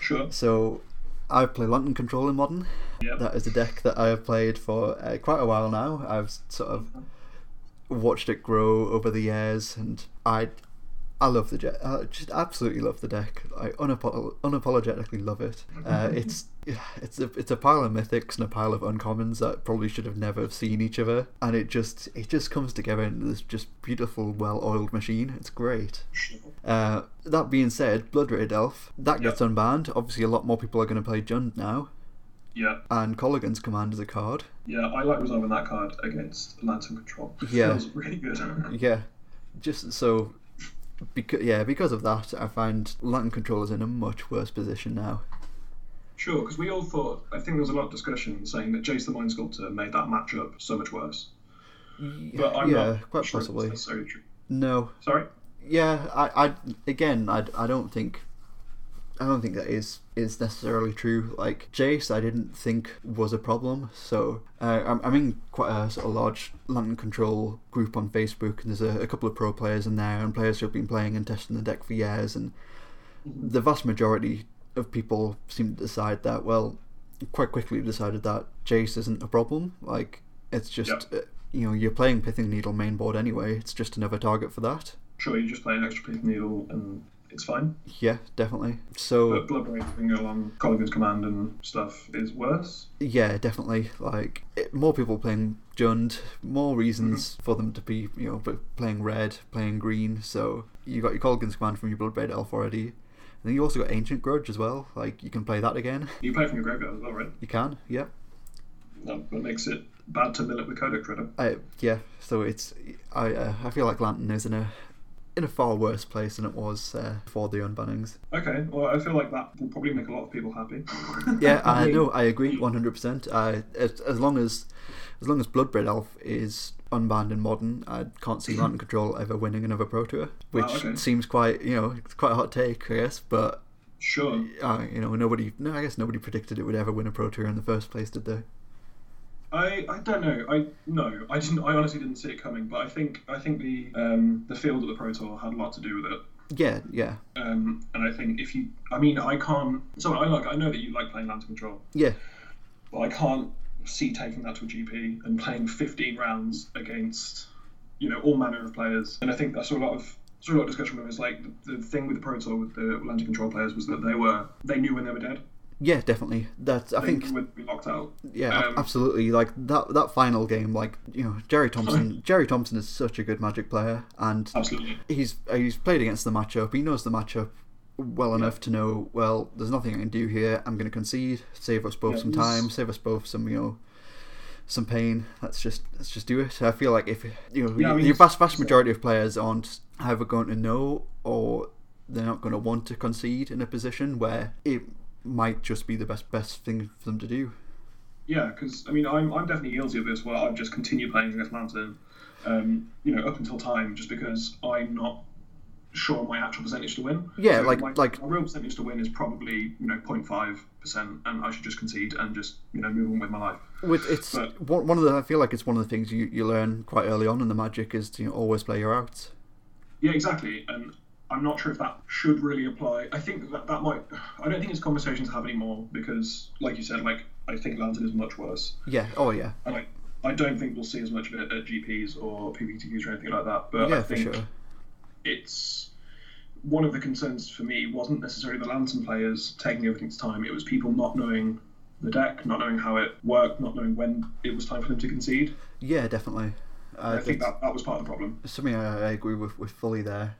S2: Sure.
S1: So, I play London Control in Modern.
S2: Yep.
S1: That is a deck that I have played for uh, quite a while now. I've s- sort of watched it grow over the years, and I, I love the deck. I just absolutely love the deck. I unapo- unapologetically love it.
S2: <laughs>
S1: Uh, it's it's a it's a pile of mythics and a pile of uncommons that probably should have never have seen each other, and it just it just comes together in this just beautiful, well-oiled machine. It's great.
S2: Sure.
S1: Uh, that being said, Blood Red Elf that
S2: Yep.
S1: gets unbanned. Obviously, a lot more people are going to play Jund now,
S2: Yeah,
S1: and Colligan's Command is a card.
S2: yeah. I like resolving that card against Lantern Control. <laughs>
S1: Yeah.
S2: Feels really good.
S1: Yeah, just so because yeah because of that, I find Lantern Control is in a much worse position now.
S2: <laughs> Sure, because we all thought I think there was a lot of discussion saying that Jace the Mind Sculptor made that matchup so much worse. But I'm
S1: yeah,
S2: not
S1: quite
S2: sure
S1: possibly.
S2: It's necessarily true.
S1: No,
S2: Sorry.
S1: yeah, I, I again, I, I don't think. I don't think that is is necessarily true. Like Jace, I didn't think was a problem. So uh, I'm, I'm in quite a sort of large London Control group on Facebook, and there's a, a couple of pro players in there, and players who've been playing and testing the deck for years. And the vast majority of people seem to decide that. Well, quite quickly decided that Jace isn't a problem. Like it's just uh, you know you're playing Pithing Needle mainboard anyway. It's just another target for that.
S2: Sure, you just play an extra piece needle and it's fine.
S1: Yeah, definitely. So
S2: But blubbering along Colligan's command and stuff is worse.
S1: yeah, definitely. Like it, more people playing Jund, more reasons for them to be you know but playing red, playing green. So you got your Colgan's command from your Bloodbraid Elf already. And then you also got Ancient Grudge as well. Like you can play that again.
S2: You play from your graveyard as well, right?
S1: You can, yeah,
S2: That that makes it bad to mill it with Codex Redder.
S1: I, yeah. So it's I uh, I feel like Lantern is in a in a far worse place than it was uh, before the unbannings.
S2: Okay, well, I feel like that will probably make a lot of people happy. <coughs>
S1: Yeah, I
S2: <laughs> mean,
S1: know. I agree, one hundred percent. I as as long as as long as Bloodbred Elf is unbanned in modern, I can't see Lantern Control ever winning another Pro Tour, which
S2: okay.
S1: seems quite you know it's quite a hot take, I guess. But
S2: Sure.
S1: uh, you know nobody, no, I guess nobody predicted it would ever win a Pro Tour in the first place, did they?
S2: I, I don't know. I no. I didn't. I honestly didn't see it coming. But I think I think the um, the field at the Pro Tour had a lot to do with it.
S1: Yeah, yeah,
S2: Um, and I think if you, I mean, I can't. So I like. I know that you like playing Lantern Control,
S1: yeah,
S2: but I can't see taking that to a GP and playing 15 rounds against, you know, all manner of players. And I think that's a lot of. So a lot of discussion was like the, the thing with the Pro Tour with the Lantern Control players was that they were they knew when they were dead.
S1: yeah. Definitely. That's I
S2: They
S1: think
S2: knew when they were locked out.
S1: Yeah, ab-
S2: Um,
S1: absolutely. Like that that final game, like you know, Jerry Thompson. Jerry Thompson is such a good Magic player, and
S2: Absolutely.
S1: he's uh, he's played against the matchup. He knows the matchup well enough to know. Well, there's nothing I can do here. I'm going to concede. Save us both
S2: Yeah,
S1: some
S2: he's-
S1: time. Save us both some you know some pain. Let's just let's just do it. I feel like if you know
S2: Yeah, I mean,
S1: the
S2: he's-
S1: vast vast majority of players aren't either going to know or they're not going to want to concede in a position where it might just be the best best thing for them to do.
S2: Yeah, because I mean, I'm, I'm definitely guilty of this where I've just continued playing Atlanta, um, you know, up until time, just because I'm not sure my actual percentage to win.
S1: Yeah,
S2: So
S1: like-
S2: my,
S1: like-
S2: my real percentage to win is probably you know 0.5 percent, and I should just concede and just you know move on with my life.
S1: With it's
S2: But-
S1: one one of the I feel like it's one of the things you, you learn quite early on in the Magic is to always play your outs.
S2: Yeah, exactly. And I'm not sure if that should really apply. I think that that might. I don't think it's conversations to have anymore because, like you said, like I think London is much worse,
S1: Yeah. Oh yeah.
S2: and like I don't think we'll see as much of it at GPs or PPTQs or anything like that. But
S1: Yeah,
S2: I
S1: for
S2: think
S1: sure.
S2: it's one of the concerns for me wasn't necessarily the Lantern players taking everything's time. It was people not knowing the deck, not knowing how it worked, not knowing when it was time for them to concede.
S1: Yeah, definitely.
S2: I,
S1: Uh,
S2: think
S1: it's
S2: that, that was part of the problem.
S1: something I, I agree with with fully there.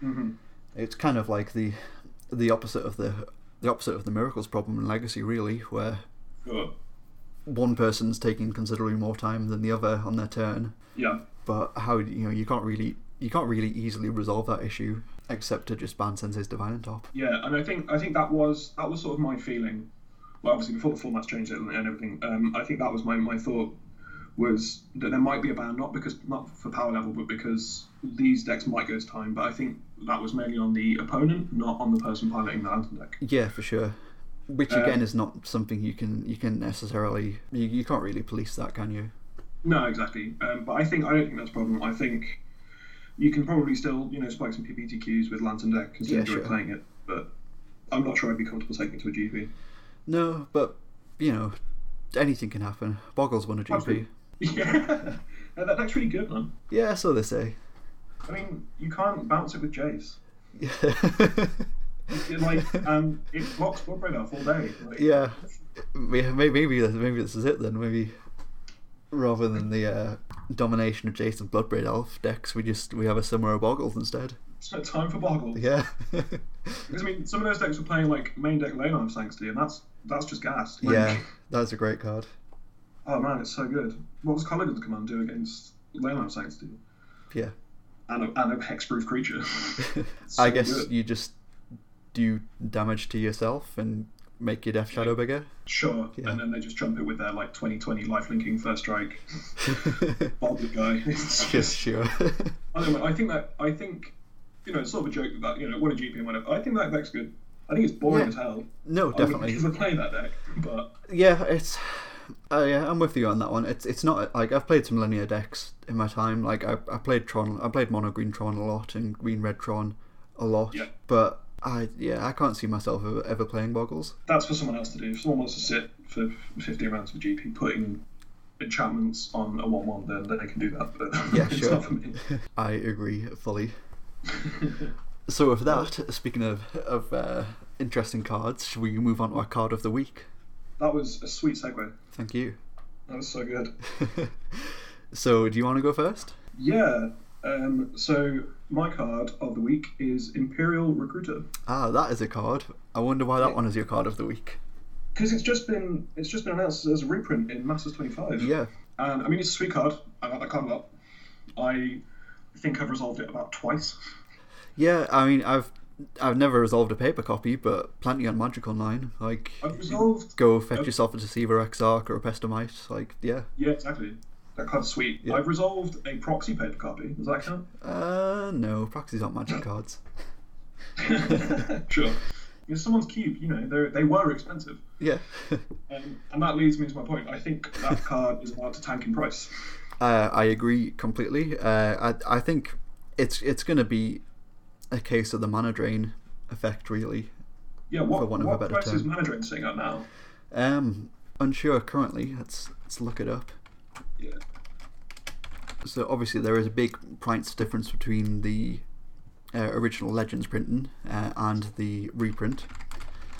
S2: hmm
S1: It's kind of like the the opposite of the the opposite of the miracles problem in Legacy, really, where
S2: Sure.
S1: one person's taking considerably more time than the other on their turn.
S2: Yeah.
S1: But how you know you can't really you can't really easily resolve that issue except to just ban Sensei's Divine on top.
S2: Yeah, and I think I think that was that was sort of my feeling. Well, obviously before the formats changed it and and everything, um, I think that was my, my thought was that there might be a ban, not because not for power level, but because these decks might go to time. But I think that was mainly on the opponent, not on the person piloting the lantern deck.
S1: Yeah, for sure. Which
S2: Uh,
S1: again is not something you can you can necessarily you, you can't really police that, can you?
S2: No, exactly. Um, but I think I don't think that's a problem. I think you can probably still you know spike some PPTQs with lantern deck and still
S1: Yeah,
S2: enjoy
S1: sure.
S2: playing it, but. I'm not sure I'd be comfortable taking it to a GP.
S1: No, but you know anything can happen. Boggles won a GP.
S2: Absolutely. <laughs> Yeah, <laughs> Uh, that, that's really good, man.
S1: Yeah, so they say.
S2: I mean, you can't bounce it with Jace.
S1: <laughs>
S2: It, like, um, it blocks blood radar all day. Like,
S1: yeah. Maybe maybe this- maybe this is it then. Maybe rather than the uh, domination of Jason Bloodbraid Elf decks, we just we have a similar Boggles instead.
S2: It's no time for Boggle.
S1: Yeah. <laughs>
S2: Because I mean, some of those decks were playing like main deck lane arm sanctity, and that's that's just gas. Like,
S1: yeah, that's a great card.
S2: Oh man, it's so good. What was Colligan's command do against lane arm sanctity?
S1: Yeah.
S2: And a, and a
S1: <laughs>
S2: hexproof creature. So
S1: I guess
S2: good.
S1: you just do damage to yourself and make your death shadow bigger. <laughs>
S2: Sure.
S1: Yeah.
S2: And then they just trump it with their like 2020 lifelinking first
S1: <laughs>
S2: strike. Boggle guy. It's
S1: Just sure.
S2: <laughs> I don't know. I think that I think you know it's sort of a joke that you know what a GP and whatever. I think that deck's good. I think it's boring
S1: Yeah.
S2: as hell. <laughs>
S1: no,
S2: I
S1: definitely.
S2: would never play that deck, but
S1: Yeah, it's. Uh, yeah, I'm with you on that one. It's it's not like I've played some linear decks in my time. Like I, I played Tron, I played mono green Tron a lot and green red Tron a lot.
S2: Yeah.
S1: But I yeah I can't see myself ever, ever playing Boggles.
S2: that's for someone else to do. If someone wants to sit for 15 rounds with GP putting enchantments on a 1 1, then, then they can do that. But
S1: Yeah,
S2: <laughs> it's
S1: sure.
S2: not for me.
S1: <laughs> I agree fully. so with that, speaking of of uh, interesting cards, should we move on to our card of the week?
S2: That was a sweet segue.
S1: Thank you. <laughs>
S2: That was so good.
S1: so do you want to go first?
S2: Yeah. Um, so my card of the week is Imperial Recruiter.
S1: Ah, that is a card. I wonder why that one is your card of the week.
S2: Because it's just been it's just been announced as a reprint in Masters 25.
S1: Yeah.
S2: And I mean, it's a sweet card. I like that card a lot. I think I've resolved it about twice.
S1: Yeah, I mean, I've I've never resolved a paper copy, but plenty on Magic Online. Like,
S2: I've resolved.
S1: go fetch yourself a Deceiver Exarch or a Pestomite. Like, yeah.
S2: Yeah, exactly. That card's sweet.
S1: Yeah.
S2: I've resolved a proxy paper copy. Does that count? <laughs>
S1: Uh, no, proxies aren't magic cards. <laughs>
S2: sure. If someone's cube, you know, they they were expensive.
S1: Yeah. <laughs>
S2: Um, and that leads me to my point. I think that card is allowed to tank in price.
S1: uh, I agree completely. Uh, I I think it's it's going to be a case of the mana drain effect, really.
S2: Yeah, what,
S1: For want of a
S2: what
S1: better
S2: price is
S1: term.
S2: mana drain sitting at now?
S1: Um, unsure currently. Let's let's look it up.
S2: Yeah.
S1: So obviously there is a big price difference between the uh, original Legends printing uh, and the reprint.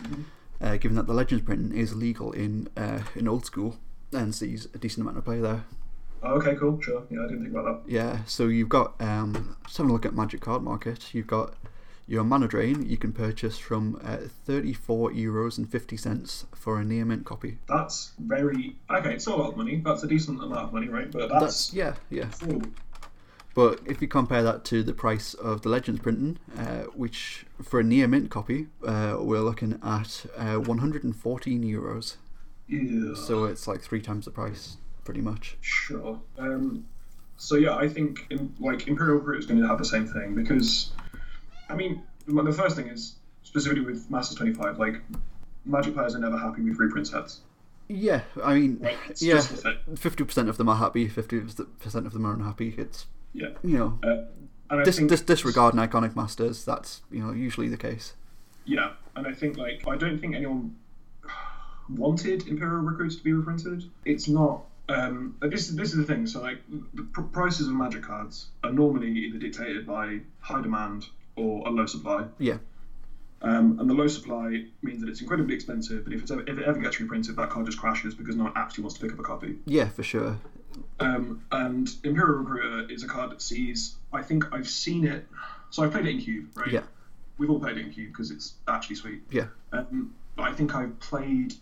S2: Mm-hmm.
S1: Uh, given that the Legends printing is legal in uh, in old school and sees a decent amount of play there.
S2: Oh, okay, cool. Sure. Yeah, I didn't think about that.
S1: Yeah, so you've got um, let's have a look at Magic Card Market. You've got your Mana Drain you can purchase from uh, thirty four euros and fifty cents for a near mint copy.
S2: That's very okay. It's not a lot of money. That's a decent amount of money, right? But that's,
S1: That's yeah, yeah.
S2: affordable.
S1: But if you compare that to the price of the Legends printing, uh, which for a near mint copy, uh, we're looking at uh, 114 euros.
S2: Yeah.
S1: So it's like three times the price, pretty much.
S2: Sure. Um, so yeah, I think in, like Imperial Brute is going to have the same thing because, I mean, the the first thing is specifically with Masters Twenty Five, like Magic players are never happy with reprint sets.
S1: Yeah, I mean,
S2: Like, it's
S1: yeah,
S2: just a fact.
S1: fifty percent of them are happy, fifty percent of them are unhappy. It's
S2: Yeah.
S1: you know,
S2: Uh, and I
S1: dis-
S2: think
S1: dis- disregarding iconic masters. That's you know usually the case.
S2: yeah, and I think like I don't think anyone <sighs> wanted Imperial Recruits to be reprinted. It's not. Um, but this is this is the thing. So like the pr- prices of Magic cards are normally either dictated by high demand or a low supply.
S1: Yeah,
S2: Um, and the low supply means that it's incredibly expensive, but if, it's ever, if it ever gets reprinted, that card just crashes because no one actually wants to pick up a copy.
S1: yeah, for sure.
S2: Um, and Imperial Recruiter is a card that sees, I think I've seen it. So I played it in Cube, right?
S1: Yeah.
S2: We've all played it in Cube because it's actually sweet.
S1: Yeah,
S2: Um, but I think I've played.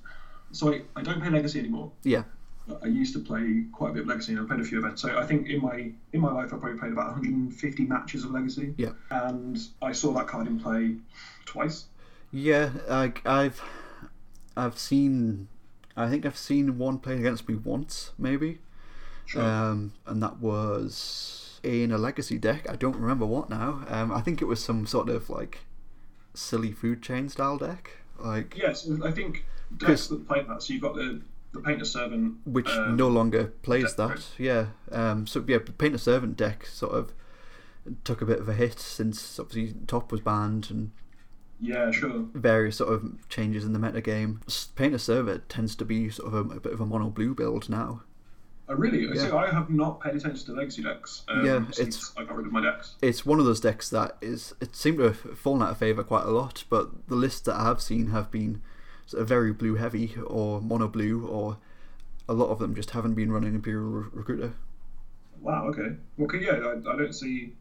S2: So I, I don't play Legacy anymore.
S1: yeah,
S2: But I used to play quite a bit of Legacy and I played a few events. So I think in my in my life I probably played about 150 matches of Legacy.
S1: Yeah.
S2: And I saw that card in play twice.
S1: yeah. Like I've, I've seen, I think I've seen one played against me once, maybe,
S2: Sure.
S1: um, and that was in a legacy deck. I don't remember what now. Um, I think it was some sort of like silly food chain style deck, like
S2: Yes, I think decks that play that. So you've got the the painter servant,
S1: which
S2: um,
S1: no longer plays
S2: deck,
S1: that. Yeah. Um, so yeah, the Painter Servant deck sort of took a bit of a hit since obviously Top was banned and
S2: yeah, sure,
S1: various sort of changes in the metagame. S- Painter Servant tends to be sort of a, a bit of a mono blue build now.
S2: I really, I
S1: Yeah.
S2: see, I have not paid attention to legacy decks. Um,
S1: Yeah,
S2: since
S1: it's-
S2: I got rid of my decks.
S1: It's one of those decks that is it seemed to have fallen out of favour quite a lot, but the lists that I have seen have been sort of very blue heavy or mono blue or a lot of them just haven't been running Imperial Re- Recruiter.
S2: Wow, okay, well, 'cause, yeah, I, I don't see,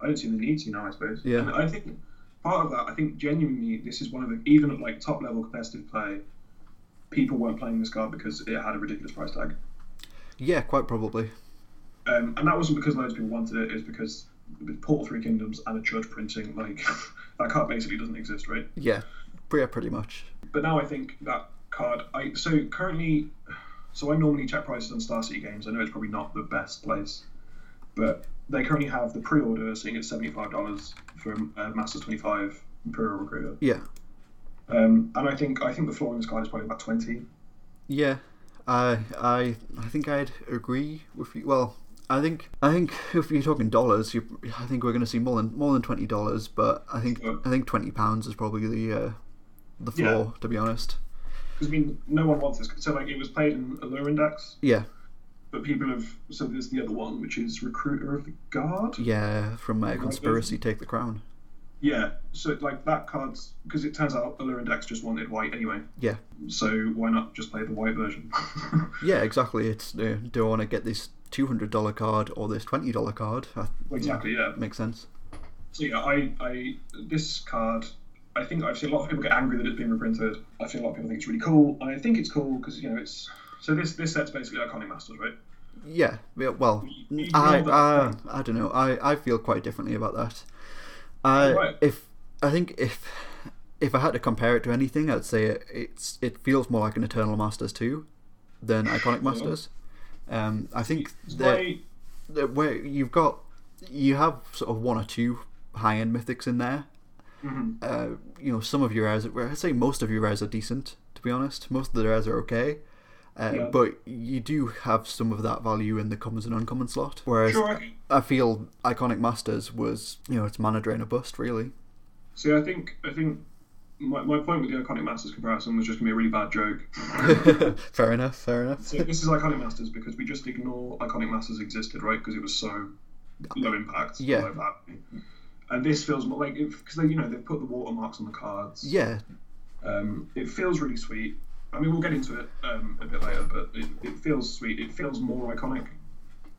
S2: I don't see the need to now, I suppose.
S1: Yeah.
S2: and I think part of that, I think genuinely, this is one of the even at like top level competitive play, people weren't playing this card because it had a ridiculous price tag.
S1: Yeah, quite probably.
S2: Um, and that wasn't because loads of people wanted it; it was because with Portal Three Kingdoms and a church printing, like <laughs> that card basically doesn't exist, right?
S1: Yeah, pretty pretty much.
S2: But now I think that card. I so currently, so I normally check prices on Star City Games. I know it's probably not the best place, but they currently have the pre-order sitting at seventy-five dollars for uh, Masters twenty-five Imperial Recruiter.
S1: Yeah.
S2: Um, and I think I think the floor on this card is probably about twenty.
S1: Yeah, I I I think I'd agree with you. Well, I think I think if you're talking dollars, you, I think we're going to see more than more than twenty dollars. But I think
S2: Sure.
S1: I think twenty pounds is probably the uh, the
S2: Yeah.
S1: floor, to be honest.
S2: Because I mean, no one wants this. So like, it was played in Allure Index,
S1: Yeah,
S2: but people have. So there's the other one, which is Recruiter of the Guard.
S1: yeah. From uh, conspiracy, take the crown.
S2: Yeah. So like that card's because it turns out Allure Index just wanted white anyway.
S1: Yeah,
S2: So why not just play the white version? <laughs>
S1: yeah. Exactly. It's uh, do I want to get this two hundred dollar card or this twenty dollar card? I,
S2: Exactly, yeah.
S1: Makes sense.
S2: So yeah, I, I this card, I think I've seen a lot of people get angry that it's been reprinted. I've seen a lot of people think it's really cool, and I think it's cool because you know it's so this this set's basically iconic masters, right?
S1: Yeah, yeah, well,
S2: you
S1: I,
S2: know that-
S1: I, I don't know. I, I feel quite differently about that. I,
S2: Right.
S1: If I think if if I had to compare it to anything, I'd say it, it's it feels more like an Eternal Masters two than Iconic Masters. Um, I think
S2: It's
S1: that
S2: why-
S1: that where you've got you have sort of one or two high end mythics in there.
S2: Mhm.
S1: Uh, you know, some of your rares. well, I'd say most of your rares are decent. To be honest, most of the rares are okay. Uh,
S2: Yeah.
S1: But you do have some of that value in the commons and uncommon slot. Whereas
S2: Sure, okay.
S1: I feel Iconic Masters was, you know, it's mana drain or bust,
S2: <laughs>
S1: really.
S2: See, I think I think my, my point with the iconic masters comparison was just gonna be a really bad joke.
S1: <laughs> fair enough, fair enough.
S2: so this is iconic masters because we just ignore iconic masters existed, right? Because it was so low impact,
S1: Yeah.
S2: low value. And this feels more like because they you know they've put the watermarks on the cards.
S1: Yeah,
S2: Um, it feels really sweet. I mean, we'll get into it um, a bit later, but it, it feels sweet. It feels more iconic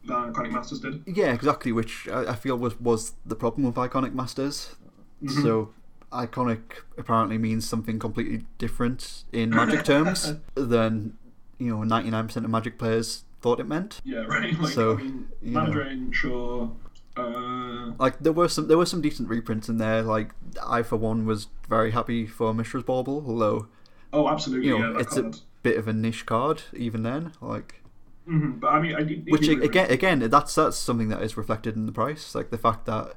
S2: than Iconic Masters did.
S1: yeah, exactly, which I, I feel was, was the problem with Iconic Masters.
S2: Mm-hmm.
S1: So, iconic apparently means something completely different in magic
S2: <laughs>
S1: terms than, you know, 99% of magic players thought it meant.
S2: Yeah, <laughs> right. Like,
S1: So,
S2: I mean,
S1: you
S2: Mana
S1: know.
S2: Drain, sure. Uh,
S1: Like there were some there were some decent reprints in there. Like I for one was very happy for Mishra's Bauble, although
S2: oh, absolutely.
S1: you know
S2: yeah, that
S1: it's
S2: card.
S1: a bit of a niche card even then. Like
S2: Mhm, But I mean, I did.
S1: which
S2: did-
S1: again again that's that's something that is reflected in the price. Like the fact that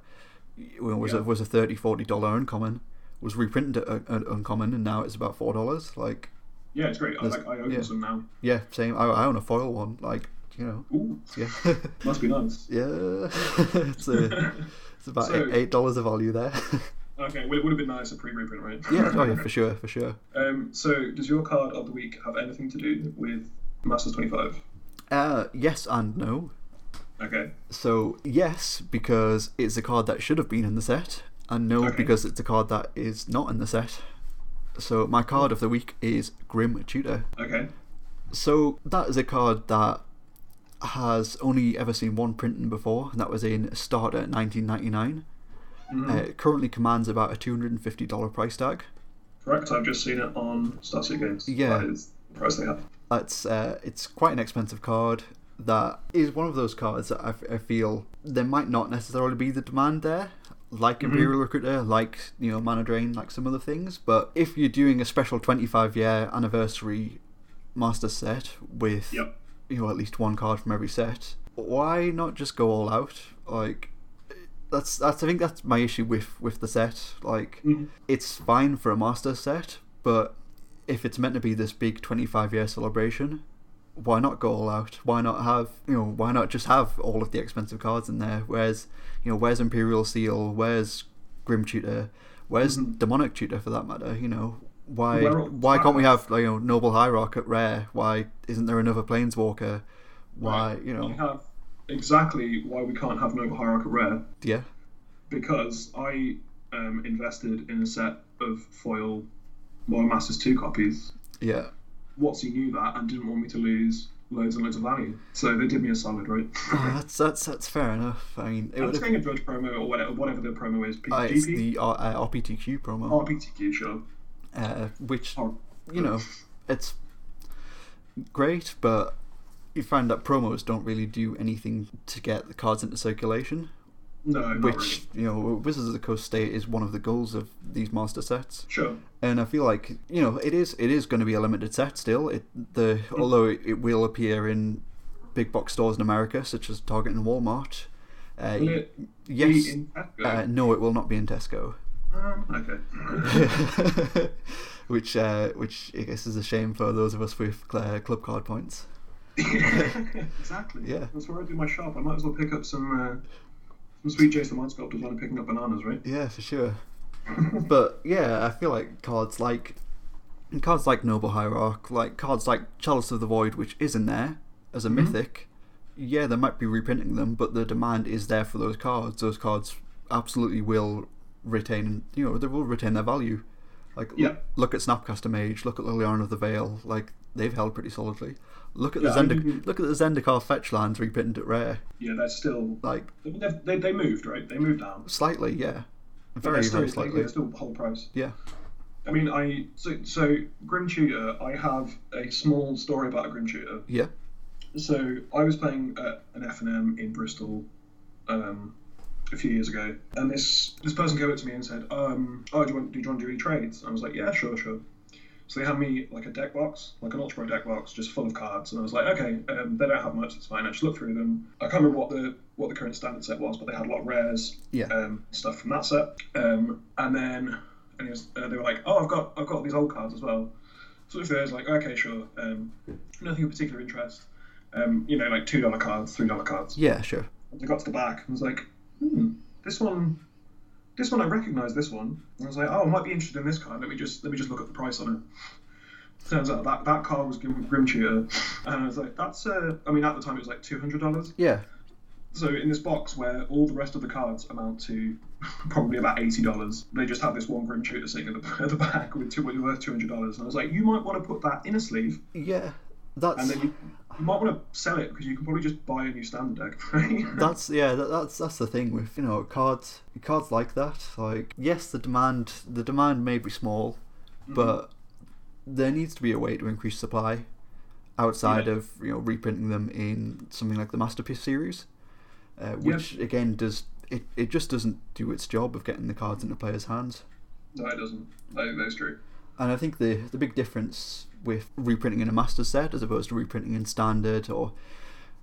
S1: you know, was
S2: Yeah.
S1: a, was a 30 40 dollar uncommon was reprinted at, uh, at uncommon and now it's about four dollars. Like
S2: Yeah, it's great. I,
S1: There's-
S2: like, I own
S1: yeah.
S2: some now.
S1: yeah, same. I, I own a foil one. Like you know
S2: Ooh, <laughs>
S1: yeah. <laughs>
S2: must be nice.
S1: Yeah, <laughs> it's, a, it's about
S2: So-
S1: eight dollars of value there.
S2: <laughs>
S1: <laughs>
S2: Okay, well, it would have been nice a pre-reprint, right?
S1: yeah, oh yeah, for sure, for sure.
S2: <laughs> Um, so, does your card of the week have anything to do with Masters 25?
S1: Uh, yes and no.
S2: Okay.
S1: So yes, because it's a card that should have been in the set, and no,
S2: Okay.
S1: because it's a card that is not in the set. So my card of the week is Grim Tutor.
S2: Okay.
S1: So that is a card that has only ever seen one printing before, and that was in Starter 1999.
S2: Mhm.
S1: Uh, it currently commands about a $250 price tag.
S2: Correct. I've just seen it on Starseed Games.
S1: Yeah.
S2: That is the price they have.
S1: It's uh, it's quite an expensive card. That is one of those cards that I, f- I feel there might not necessarily be the demand there, like Imperial Recruiter, like you know Mana Drain, like some other things. But if you're doing a special 25 year anniversary master set with
S2: Yep.
S1: you know at least one card from every set, why not just go all out? Like that's that's I think that's my issue with with the set. Like
S2: Mhm.
S1: it's fine for a master set, but if it's meant to be this big 25 year celebration, why not go all out? Why not have, you know, why not just have all of the expensive cards in there? Where's, you know, where's Imperial Seal? Where's Grim Tutor? Where's
S2: Mhm.
S1: Demonic Tutor for that matter? You know, why
S2: Where-
S1: why can't we have, like, you know, Noble Hierarch at Rare? Why isn't there another Planeswalker? Why, you
S2: I
S1: know,
S2: have exactly why we can't have Nova Hierarch at Rare
S1: yeah,
S2: because I um, invested in a set of foil Modern Masters 2 copies.
S1: yeah.
S2: Watsy knew that and didn't want me to lose loads and loads of value. So they did me a solid, right?
S1: Ah,
S2: <laughs>
S1: that's that's that's fair enough. I mean, it
S2: I'm
S1: would
S2: just
S1: have.
S2: getting a Drudge promo or whatever, whatever the promo is. P- Oh,
S1: Uh, it's
S2: GP?
S1: the R- uh, RPTQ promo,
S2: RPTQ, sure.
S1: uh, which
S2: Oh,
S1: you know, it's great, but you find that promos don't really do anything to get the cards into circulation,
S2: no, not really.
S1: which, you know, Wizards of the Coast State is one of the goals of these master sets.
S2: Sure.
S1: And I feel like, you know, it is it is going to be a limited set still. It the
S2: Mm.
S1: although it, it will appear in big box stores in America such as Target and Walmart. Uh,
S2: Will it be
S1: yes.
S2: in Tesco?
S1: Uh, no, it will not be in Tesco. <laughs>
S2: um, okay.
S1: which uh, which I guess is a shame for those of us with uh, club card points. <laughs>
S2: exactly.
S1: Yeah.
S2: That's where I do my shop. I might as well pick up some uh, some sweet Jason Mind sculptors when I'm picking up bananas, right?
S1: Yeah, for sure.
S2: <laughs>
S1: but yeah, I feel like cards like and cards like Noble Hierarch, like cards like Chalice of the Void, which is in there as a
S2: Mm-hmm.
S1: mythic. Yeah, they might be reprinting them, but the demand is there for those cards. Those cards absolutely will retain, you know, they will retain their value. Like
S2: Yeah.
S1: look, look at Snapcaster Mage, look at Liliana of the Veil, like they've held pretty solidly. Look at
S2: Yeah,
S1: the
S2: I
S1: Zendikar,
S2: didn't-
S1: look at the Zendikar fetchlands reprinted at rare,
S2: Yeah, they're still.
S1: like
S2: They've, they, they moved, right? They moved down.
S1: slightly, yeah,
S2: But
S1: very
S2: they're still,
S1: very
S2: They,
S1: slightly,
S2: are still whole price.
S1: yeah.
S2: I mean, I. So, so Grim Tutor, I have a small story about a Grim Tutor.
S1: Yeah,
S2: So I was playing at an F and M in Bristol um, a few years ago, and this this person came up to me and said, um, "Oh, do you want do you want to do any trades?" And I was like, "Yeah, sure, sure." So they had me like a deck box, like an ultra pro deck box, just full of cards, and I was like, "Okay, um, they don't have much. It's fine." I just looked through them. I can't remember what the what the current standard set was, but they had a lot of rares,
S1: Yeah.
S2: um, stuff from that set. Um, and then and he was, uh, they were like, "Oh, I've got I've got all these old cards as well." So if there's like, okay, sure, um, nothing of particular interest um, you know, like two dollar cards, three dollar cards.
S1: yeah, sure.
S2: I got to the back and was like, hmm, this one, this one I recognise. This one. And I was like, oh, I might be interested in this card. Let me just let me just look at the price on it. Turns out that that card was Grim, Grim Tutor, and I was like, that's uh, I mean, at the time it was like two hundred dollars.
S1: Yeah,
S2: So in this box where all the rest of the cards amount to <laughs> probably about eighty dollars, they just have this one Grim Tutor sitting at the, <laughs> at the back with two worth two hundred dollars. And I was like, you might want to put that in a sleeve
S1: yeah. That's
S2: and then you, you might want to sell it because you can probably just buy a new standard deck. <laughs> Right?
S1: that's yeah. That, that's that's the thing with you know cards cards like that. Like yes, the demand the demand may be small,
S2: Mm-hmm.
S1: but there needs to be a way to increase supply outside
S2: Yeah.
S1: of you know reprinting them in something like the masterpiece series. uh, which again does it, it just doesn't do its job of getting the cards into players' hands.
S2: No, it doesn't. No, that's true.
S1: And I think the the big difference with reprinting in a master set as opposed to reprinting in standard or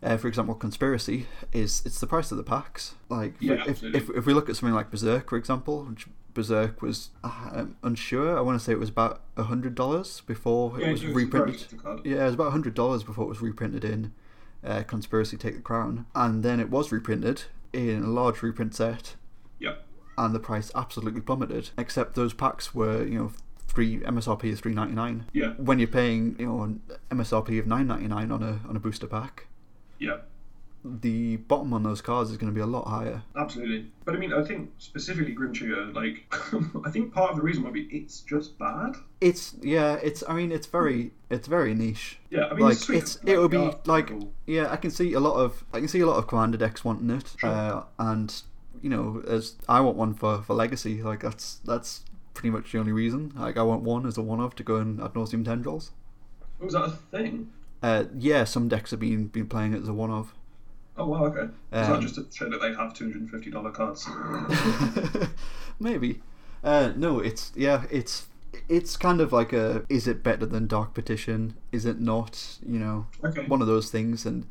S1: uh, for example conspiracy is it's the price of the packs like
S2: Yeah,
S1: if,
S2: absolutely.
S1: if, if we look at something like berserk for example which berserk was uh, I'm unsure i want to say it was about a hundred dollars before it
S2: Yeah,
S1: was
S2: it's a
S1: reprinted
S2: very good card.
S1: yeah, it was about hundred dollars before it was reprinted in uh, Conspiracy Take the Crown, and then it was reprinted in a large reprint set,
S2: Yep.
S1: and the price absolutely plummeted. Except those packs were, you know, three MSRP is three ninety nine.
S2: Yeah.
S1: When you're paying, you know, an MSRP of nine ninety nine on a on a booster pack,
S2: Yeah.
S1: the bottom on those cards is going to be a lot higher.
S2: Absolutely. But I mean, I think specifically Grim Trio, like, <laughs> I think part of the reason might be it's just bad.
S1: It's yeah, it's I mean, it's very it's very niche.
S2: Yeah, I mean,
S1: like
S2: it's sweet. oh,
S1: it's it would be
S2: yeah,
S1: like
S2: cool.
S1: yeah i can see a lot of i can see a lot of commander decks wanting it
S2: Sure.
S1: uh, and you know as i want one for for legacy like that's that's pretty much the only reason like i want one as a one of to go in ad nauseum tendrils
S2: Oh, is that a thing?
S1: uh yeah some decks have been been playing it as a one of
S2: Oh, wow, okay. is
S1: Um,
S2: that just to show that they have
S1: <laughs>
S2: $250
S1: <laughs>
S2: cards? <laughs>
S1: maybe uh no it's yeah it's it's kind of like a is it better than dark petition is it not you know
S2: okay.
S1: one of those things and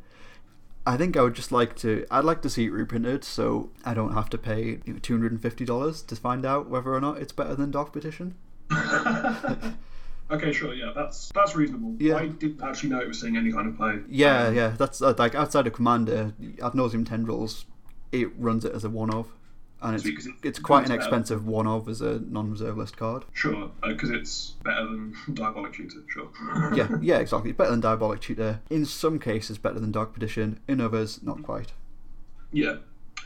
S1: I think I would just like to I'd like to see it reprinted so I don't have to pay you know, $250 to find out whether or not it's better than Dark Petition.
S2: okay, sure, yeah, that's that's reasonable.
S1: Yeah.
S2: I didn't actually know it was seeing any kind of play.
S1: Yeah, yeah, that's uh, like outside of Commander, Ad nauseum tendrils, it runs it as a one of and
S2: Sweet, 'cause
S1: it's
S2: it
S1: it's quite an
S2: comes out.
S1: expensive one of as a non-reserve list card.
S2: Sure, because it's better than <laughs> Diabolic Tutor, sure. <laughs>
S1: Yeah, yeah, exactly. Better than Diabolic Tutor. In some cases better than Dark Petition, in others not quite.
S2: yeah.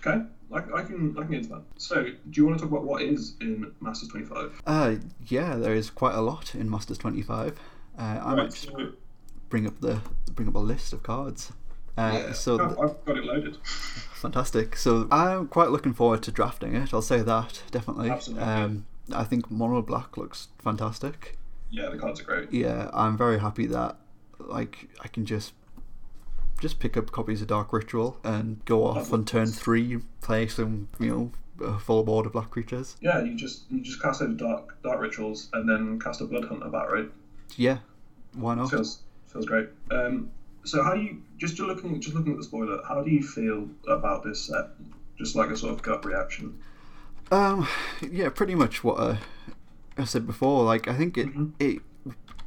S2: Okay, I, I can I can get into that. So, do you want to talk about what is in Masters 25?
S1: Uh yeah, there is quite a lot in Masters 25. Uh, I might
S2: Right,
S1: just
S2: so-
S1: bring up the bring up a list of cards. Uh,
S2: yeah.
S1: So
S2: Oh,
S1: th-
S2: I've got it loaded. <laughs>
S1: fantastic. So I'm quite looking forward to drafting it. I'll say that definitely.
S2: Absolutely.
S1: Um, I think Mono Black looks fantastic.
S2: Yeah, the cards are great.
S1: Yeah, I'm very happy that like I can just just pick up copies of Dark Ritual and go off on turn three, play some you know uh, full board of black creatures.
S2: Yeah, you just you just cast over dark dark rituals and then cast a blood hunter bat, right?
S1: Yeah, why not?
S2: Feels feels great. Um, so how do you just just looking just looking at the spoiler? How do you feel about this set? Just like a sort of gut reaction.
S1: Um, yeah, pretty much what I, I said before. Like, I think it
S2: Mm-hmm.
S1: it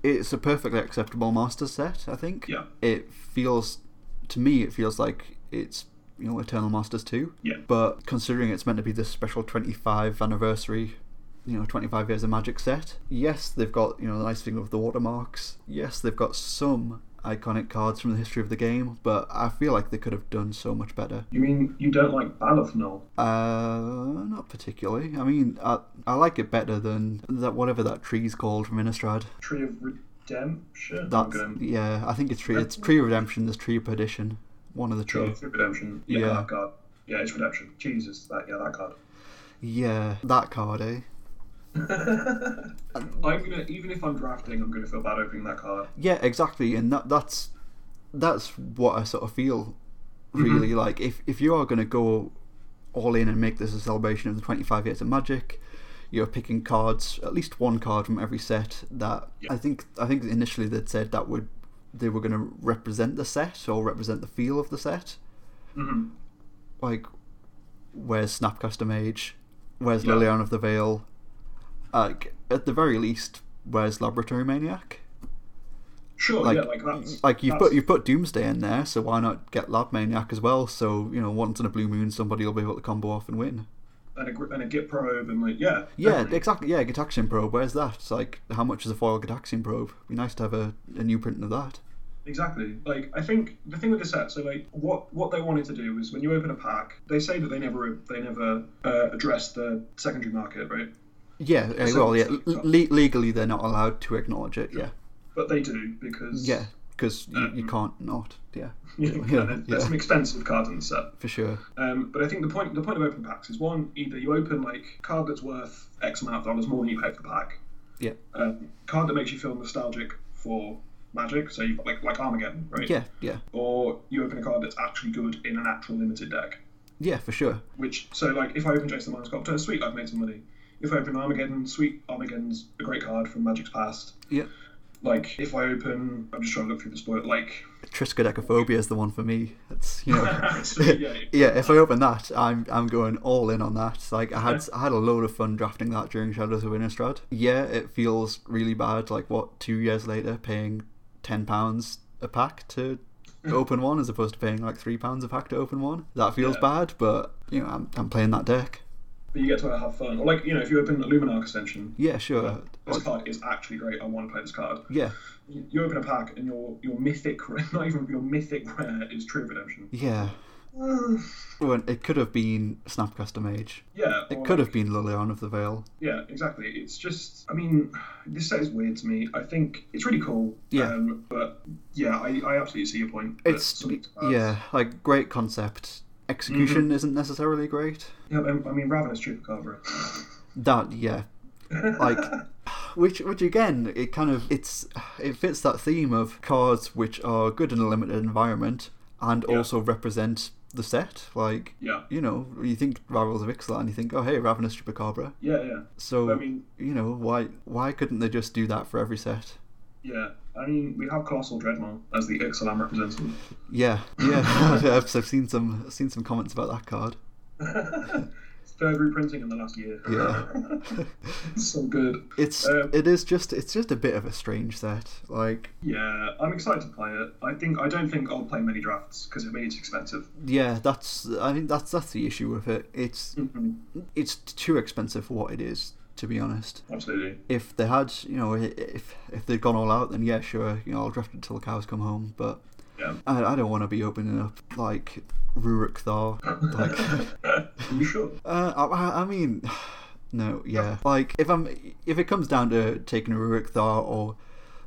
S1: it's a perfectly acceptable master set. I think.
S2: Yeah.
S1: It feels, to me, it feels like it's you know Eternal Masters two.
S2: Yeah.
S1: But considering it's meant to be this special twenty five anniversary. You know, 25 years of Magic set. Yes, they've got, you know, the nice thing of the watermarks. Yes, they've got some iconic cards from the history of the game, but I feel like they could have done so much better.
S2: You mean you don't like Baloth Null?
S1: Uh, not particularly. I mean, I, I like it better than that whatever that tree's called from Innistrad.
S2: Tree of Redemption. I'm
S1: That's
S2: gonna-
S1: yeah. I think it's tree. It's tree of redemption. There's tree of perdition. One of the
S2: Tree
S1: two.
S2: of Redemption. Yeah,
S1: Yeah.
S2: that card. Yeah, it's Redemption. Jesus, that yeah, that card.
S1: Yeah, that card, eh?
S2: I'm gonna even if I'm drafting, I'm gonna feel bad opening that card.
S1: Yeah, exactly. And that that's that's what I sort of feel. Really, like if if you are going to go all in and make this a celebration of the 25 years of Magic, you're picking cards, at least one card from every set. That I think I think initially they'd said that would they were going to represent the set or represent the feel of the set.
S2: Mhm.
S1: Like, where's Snapcaster Mage? Where's
S2: Yeah.
S1: Liliana of the Veil? Like at the very least, where's Laboratory Maniac?
S2: Sure,
S1: Like-
S2: yeah, like that's
S1: like you've
S2: that's-
S1: put you've put Doomsday in there, so why not get Lab Maniac as well? So you know, once in a blue moon, somebody will be able to combo off and win.
S2: and a gr- and a git probe and like yeah
S1: Yeah,
S2: definitely.
S1: exactly. Yeah, Gataxian Probe. Where's that? It's like, how much is a foil Gataxian Probe? Be nice to have a, a new printing of that.
S2: Exactly. Like I think the thing with the set, so like what what they wanted to do was when you open a pack, they say that they never they never uh, address the secondary market, right?
S1: Yeah, eh,
S2: So-
S1: well, yeah. l- le- legally, they're not allowed to acknowledge it. Yeah,
S2: But they do because
S1: yeah, because you,
S2: Uh, mm.
S1: you can't not. Yeah,
S2: <laughs> you know, there's
S1: yeah.
S2: some expensive cards in the set.
S1: for sure.
S2: Um, but I think the point the point of opening packs is one either you open like a card that's worth X amount of dollars more than you pay for the pack,
S1: Yeah,
S2: um, card that makes you feel nostalgic for Magic, so you like like Armageddon, right?
S1: yeah, yeah,
S2: Or you open a card that's actually good in an actual limited deck.
S1: Yeah, for sure.
S2: Which so like if I open Jason the Mind Sculptor, sweet, I've made some money. If I open Armageddon, sweet, Armageddon's a great card from Magic's past.
S1: Yeah.
S2: Like if I open, I'm just trying to look through the spoil.
S1: <laughs>
S2: Like <laughs>
S1: Triskaidekaphobia is the one for me. That's you know.
S2: so, yeah,
S1: <laughs> yeah, if I open that, I'm I'm going all in on that. Like I had I had a load of fun drafting that during Shadows of Innistrad. Yeah, it feels really bad. Like what two years later, paying ten pounds a pack to open one as opposed to paying like three pounds a pack to open one. That feels
S2: Yeah.
S1: bad, but you know I'm I'm playing that deck.
S2: but you get to have fun. Or like you know if you open Luminarch Ascension,
S1: Yeah, sure.
S2: this card is actually great. I want to play this card.
S1: Yeah,
S2: You you open a pack and your your mythic, <laughs> not even your mythic rare is Tree of Redemption. <sighs>
S1: yeah. When it could have been Snapcaster Mage.
S2: yeah,
S1: It
S2: or
S1: could
S2: like-
S1: have been Lilian of the Veil.
S2: Yeah, exactly. It's just, I mean, this set is weird to me. I think it's really cool.
S1: Yeah.
S2: Um, but yeah, I, I absolutely see your point. that
S1: It's
S2: something's bad.
S1: yeah, like great concept. Execution isn't necessarily great.
S2: Yeah, I I mean, Ravenous
S1: <laughs>
S2: Chupacabra.
S1: That yeah,
S2: <laughs>
S1: like which which again it kind of it's it fits that theme of cards which are good in a limited environment and
S2: Yeah.
S1: also represent the set. Like
S2: <laughs> yeah.
S1: you know you think Rivals of Ixalan and you think oh hey Ravenous Chupacabra.
S2: Yeah, yeah.
S1: So
S2: I mean,
S1: you know why why couldn't they just do that for every set?
S2: yeah. I mean, we have Colossal Dreadmaw as the Ixalan representative.
S1: Yeah, yeah. <laughs> I've, I've seen some seen some comments about that card.
S2: Third reprinting in the last year. <laughs>
S1: Yeah.
S2: so good.
S1: It's
S2: Um,
S1: it is just it's just a bit of a strange set. Like
S2: Yeah, I'm excited to play it. I think I don't think I'll play many drafts because I mean it's expensive.
S1: yeah, that's I think that's that's the issue with it. It's
S2: Mhm.
S1: it's too expensive for what it is, to be honest.
S2: Absolutely.
S1: If they had, you know, i- if if they'd gone all out, then yeah, sure, you know, I'll draft it till the cows come home. But
S2: Yeah.
S1: I, I don't want to be opening up like Rurik Thar. Like,
S2: Are <laughs> you sure?
S1: <laughs> uh, I- I, I mean, <sighs> no, yeah. Like if I'm if it comes down to taking a Rurik Thar or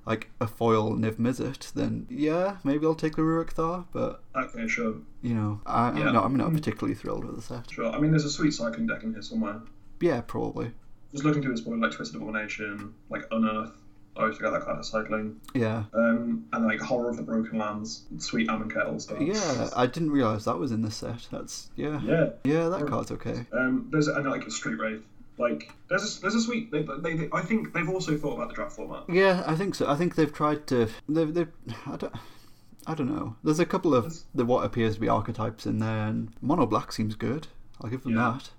S1: like a foil Niv Mizzet, then yeah, maybe I'll take a Rurik Thar. But
S2: Okay, sure.
S1: you know, I,
S2: Yeah. Hmm.
S1: I'm, not, I'm not particularly thrilled with the set.
S2: Sure. I mean, there's a sweet cycling deck in here somewhere.
S1: Yeah, probably.
S2: Just looking through this board, like Twisted Abomination, like Unearth. I always forget that card of cycling.
S1: Yeah,
S2: Um, and like Horror of the Broken Lands, Sweet Ammon Kettle stuff.
S1: yeah. I didn't realize that was in this set. That's yeah, yeah.
S2: Yeah.
S1: that card's okay.
S2: Um, there's and like Street Wraith. Like there's a, there's a sweet. They, they, they, I think they've also thought about the draft format.
S1: Yeah, I think so. I think they've tried to. They've, they've I don't. I don't know. There's a couple of the what appears to be archetypes in there, and mono black seems good. I'll give them
S2: Yeah.
S1: that.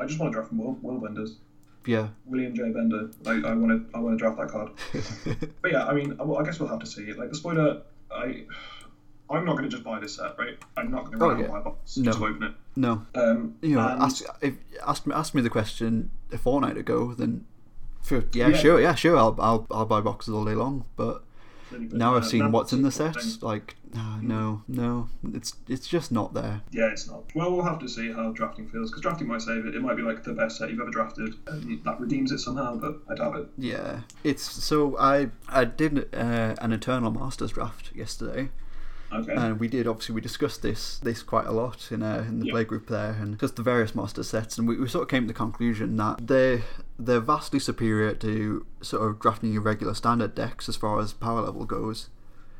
S2: I just want to draft from Will, Will Benders,
S1: Yeah. <laughs>
S2: William J Bender. Like I want to I want to draft that card. But yeah, I mean, I, well, I guess we'll have to see. Like the spoiler, I. I'm not going to just buy this set, right? I'm not going to
S1: Oh,
S2: run out
S1: yeah.
S2: and buy a box
S1: No.
S2: just to open it.
S1: no,
S2: Um,
S1: you know,
S2: and-
S1: ask if ask me ask me the question a fortnight ago, then. For, yeah,
S2: Yeah.
S1: sure, yeah, sure. I'll, I'll I'll buy boxes all day long, but now
S2: Uh,
S1: I've seen what's in the set.
S2: sets.
S1: Like, ah, no, no, it's it's just not there.
S2: Yeah, it's not. Well, we'll have to see how drafting feels because drafting might save it. It might be like the best set you've ever drafted, and that redeems it somehow. But I doubt it.
S1: Yeah, it's so I I did uh, an Eternal Masters draft yesterday,
S2: Okay.
S1: and we did obviously we discussed this this quite a lot in uh, in the
S2: Yeah.
S1: play group there, and just the various master sets, and we, we sort of came to the conclusion that they they're vastly superior to sort of drafting your regular standard decks as far as power level goes,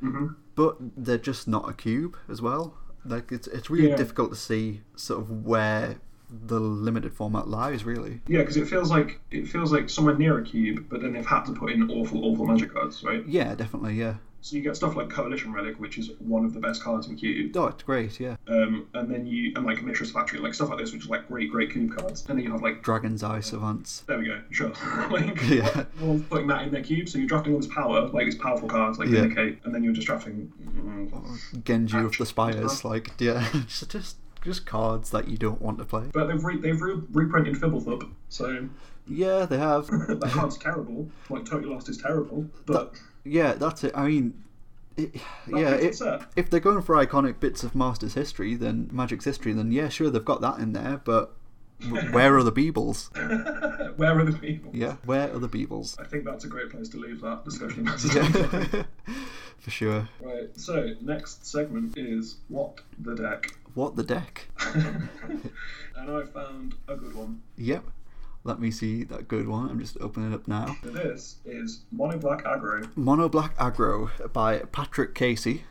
S2: Mhm.
S1: but they're just not a cube as well. Like it's it's really
S2: Yeah.
S1: difficult to see sort of where the limited format lies really.
S2: Yeah, because it feels like it feels like somewhere near a cube, but then they've had to put in awful, awful magic cards, right?
S1: Yeah, definitely. Yeah.
S2: So you get stuff like Coalition Relic, which is one of the best cards in cube,
S1: Oh, it's great. Yeah.
S2: um, and then you and like Mishra's Factory, like stuff like this, which is like great, great cube cards, and then you have like
S1: Dragon's Eye Savants.
S2: There we go. Sure. <laughs> like,
S1: Yeah.
S2: well, putting that in their cube, so you're drafting all this power, like these powerful cards, like
S1: Yeah.
S2: Vindicate, and then you're just drafting. mm,
S1: Genji with the
S2: Actually,
S1: Spires. Like, yeah, <laughs> just, just just cards that you don't want to play.
S2: But they've re- they've re- reprinted Fibblethub, so <laughs>
S1: Yeah, they have.
S2: that card's terrible. Like Total Lost is terrible, but
S1: Yeah, that's it. I mean, it, <sighs> yeah,
S2: fits the
S1: uh, it,
S2: set.
S1: if they're going for iconic bits of Masters history, then Magic's history, then yeah, sure, they've got that in there, but w- where are the Beebles?
S2: <laughs> where are the people?
S1: Yeah, where are the Beebles? <laughs>
S2: I think that's a great place to leave that discussion. <laughs>
S1: for sure.
S2: right. So next segment is what the
S1: <laughs>
S2: deck,
S1: What the deck?
S2: and I found a good one.
S1: Yep. Let me see that good one. I'm just opening it up now.
S2: So this is Mono Black Aggro.
S1: Mono Black Aggro by Patrick Casey.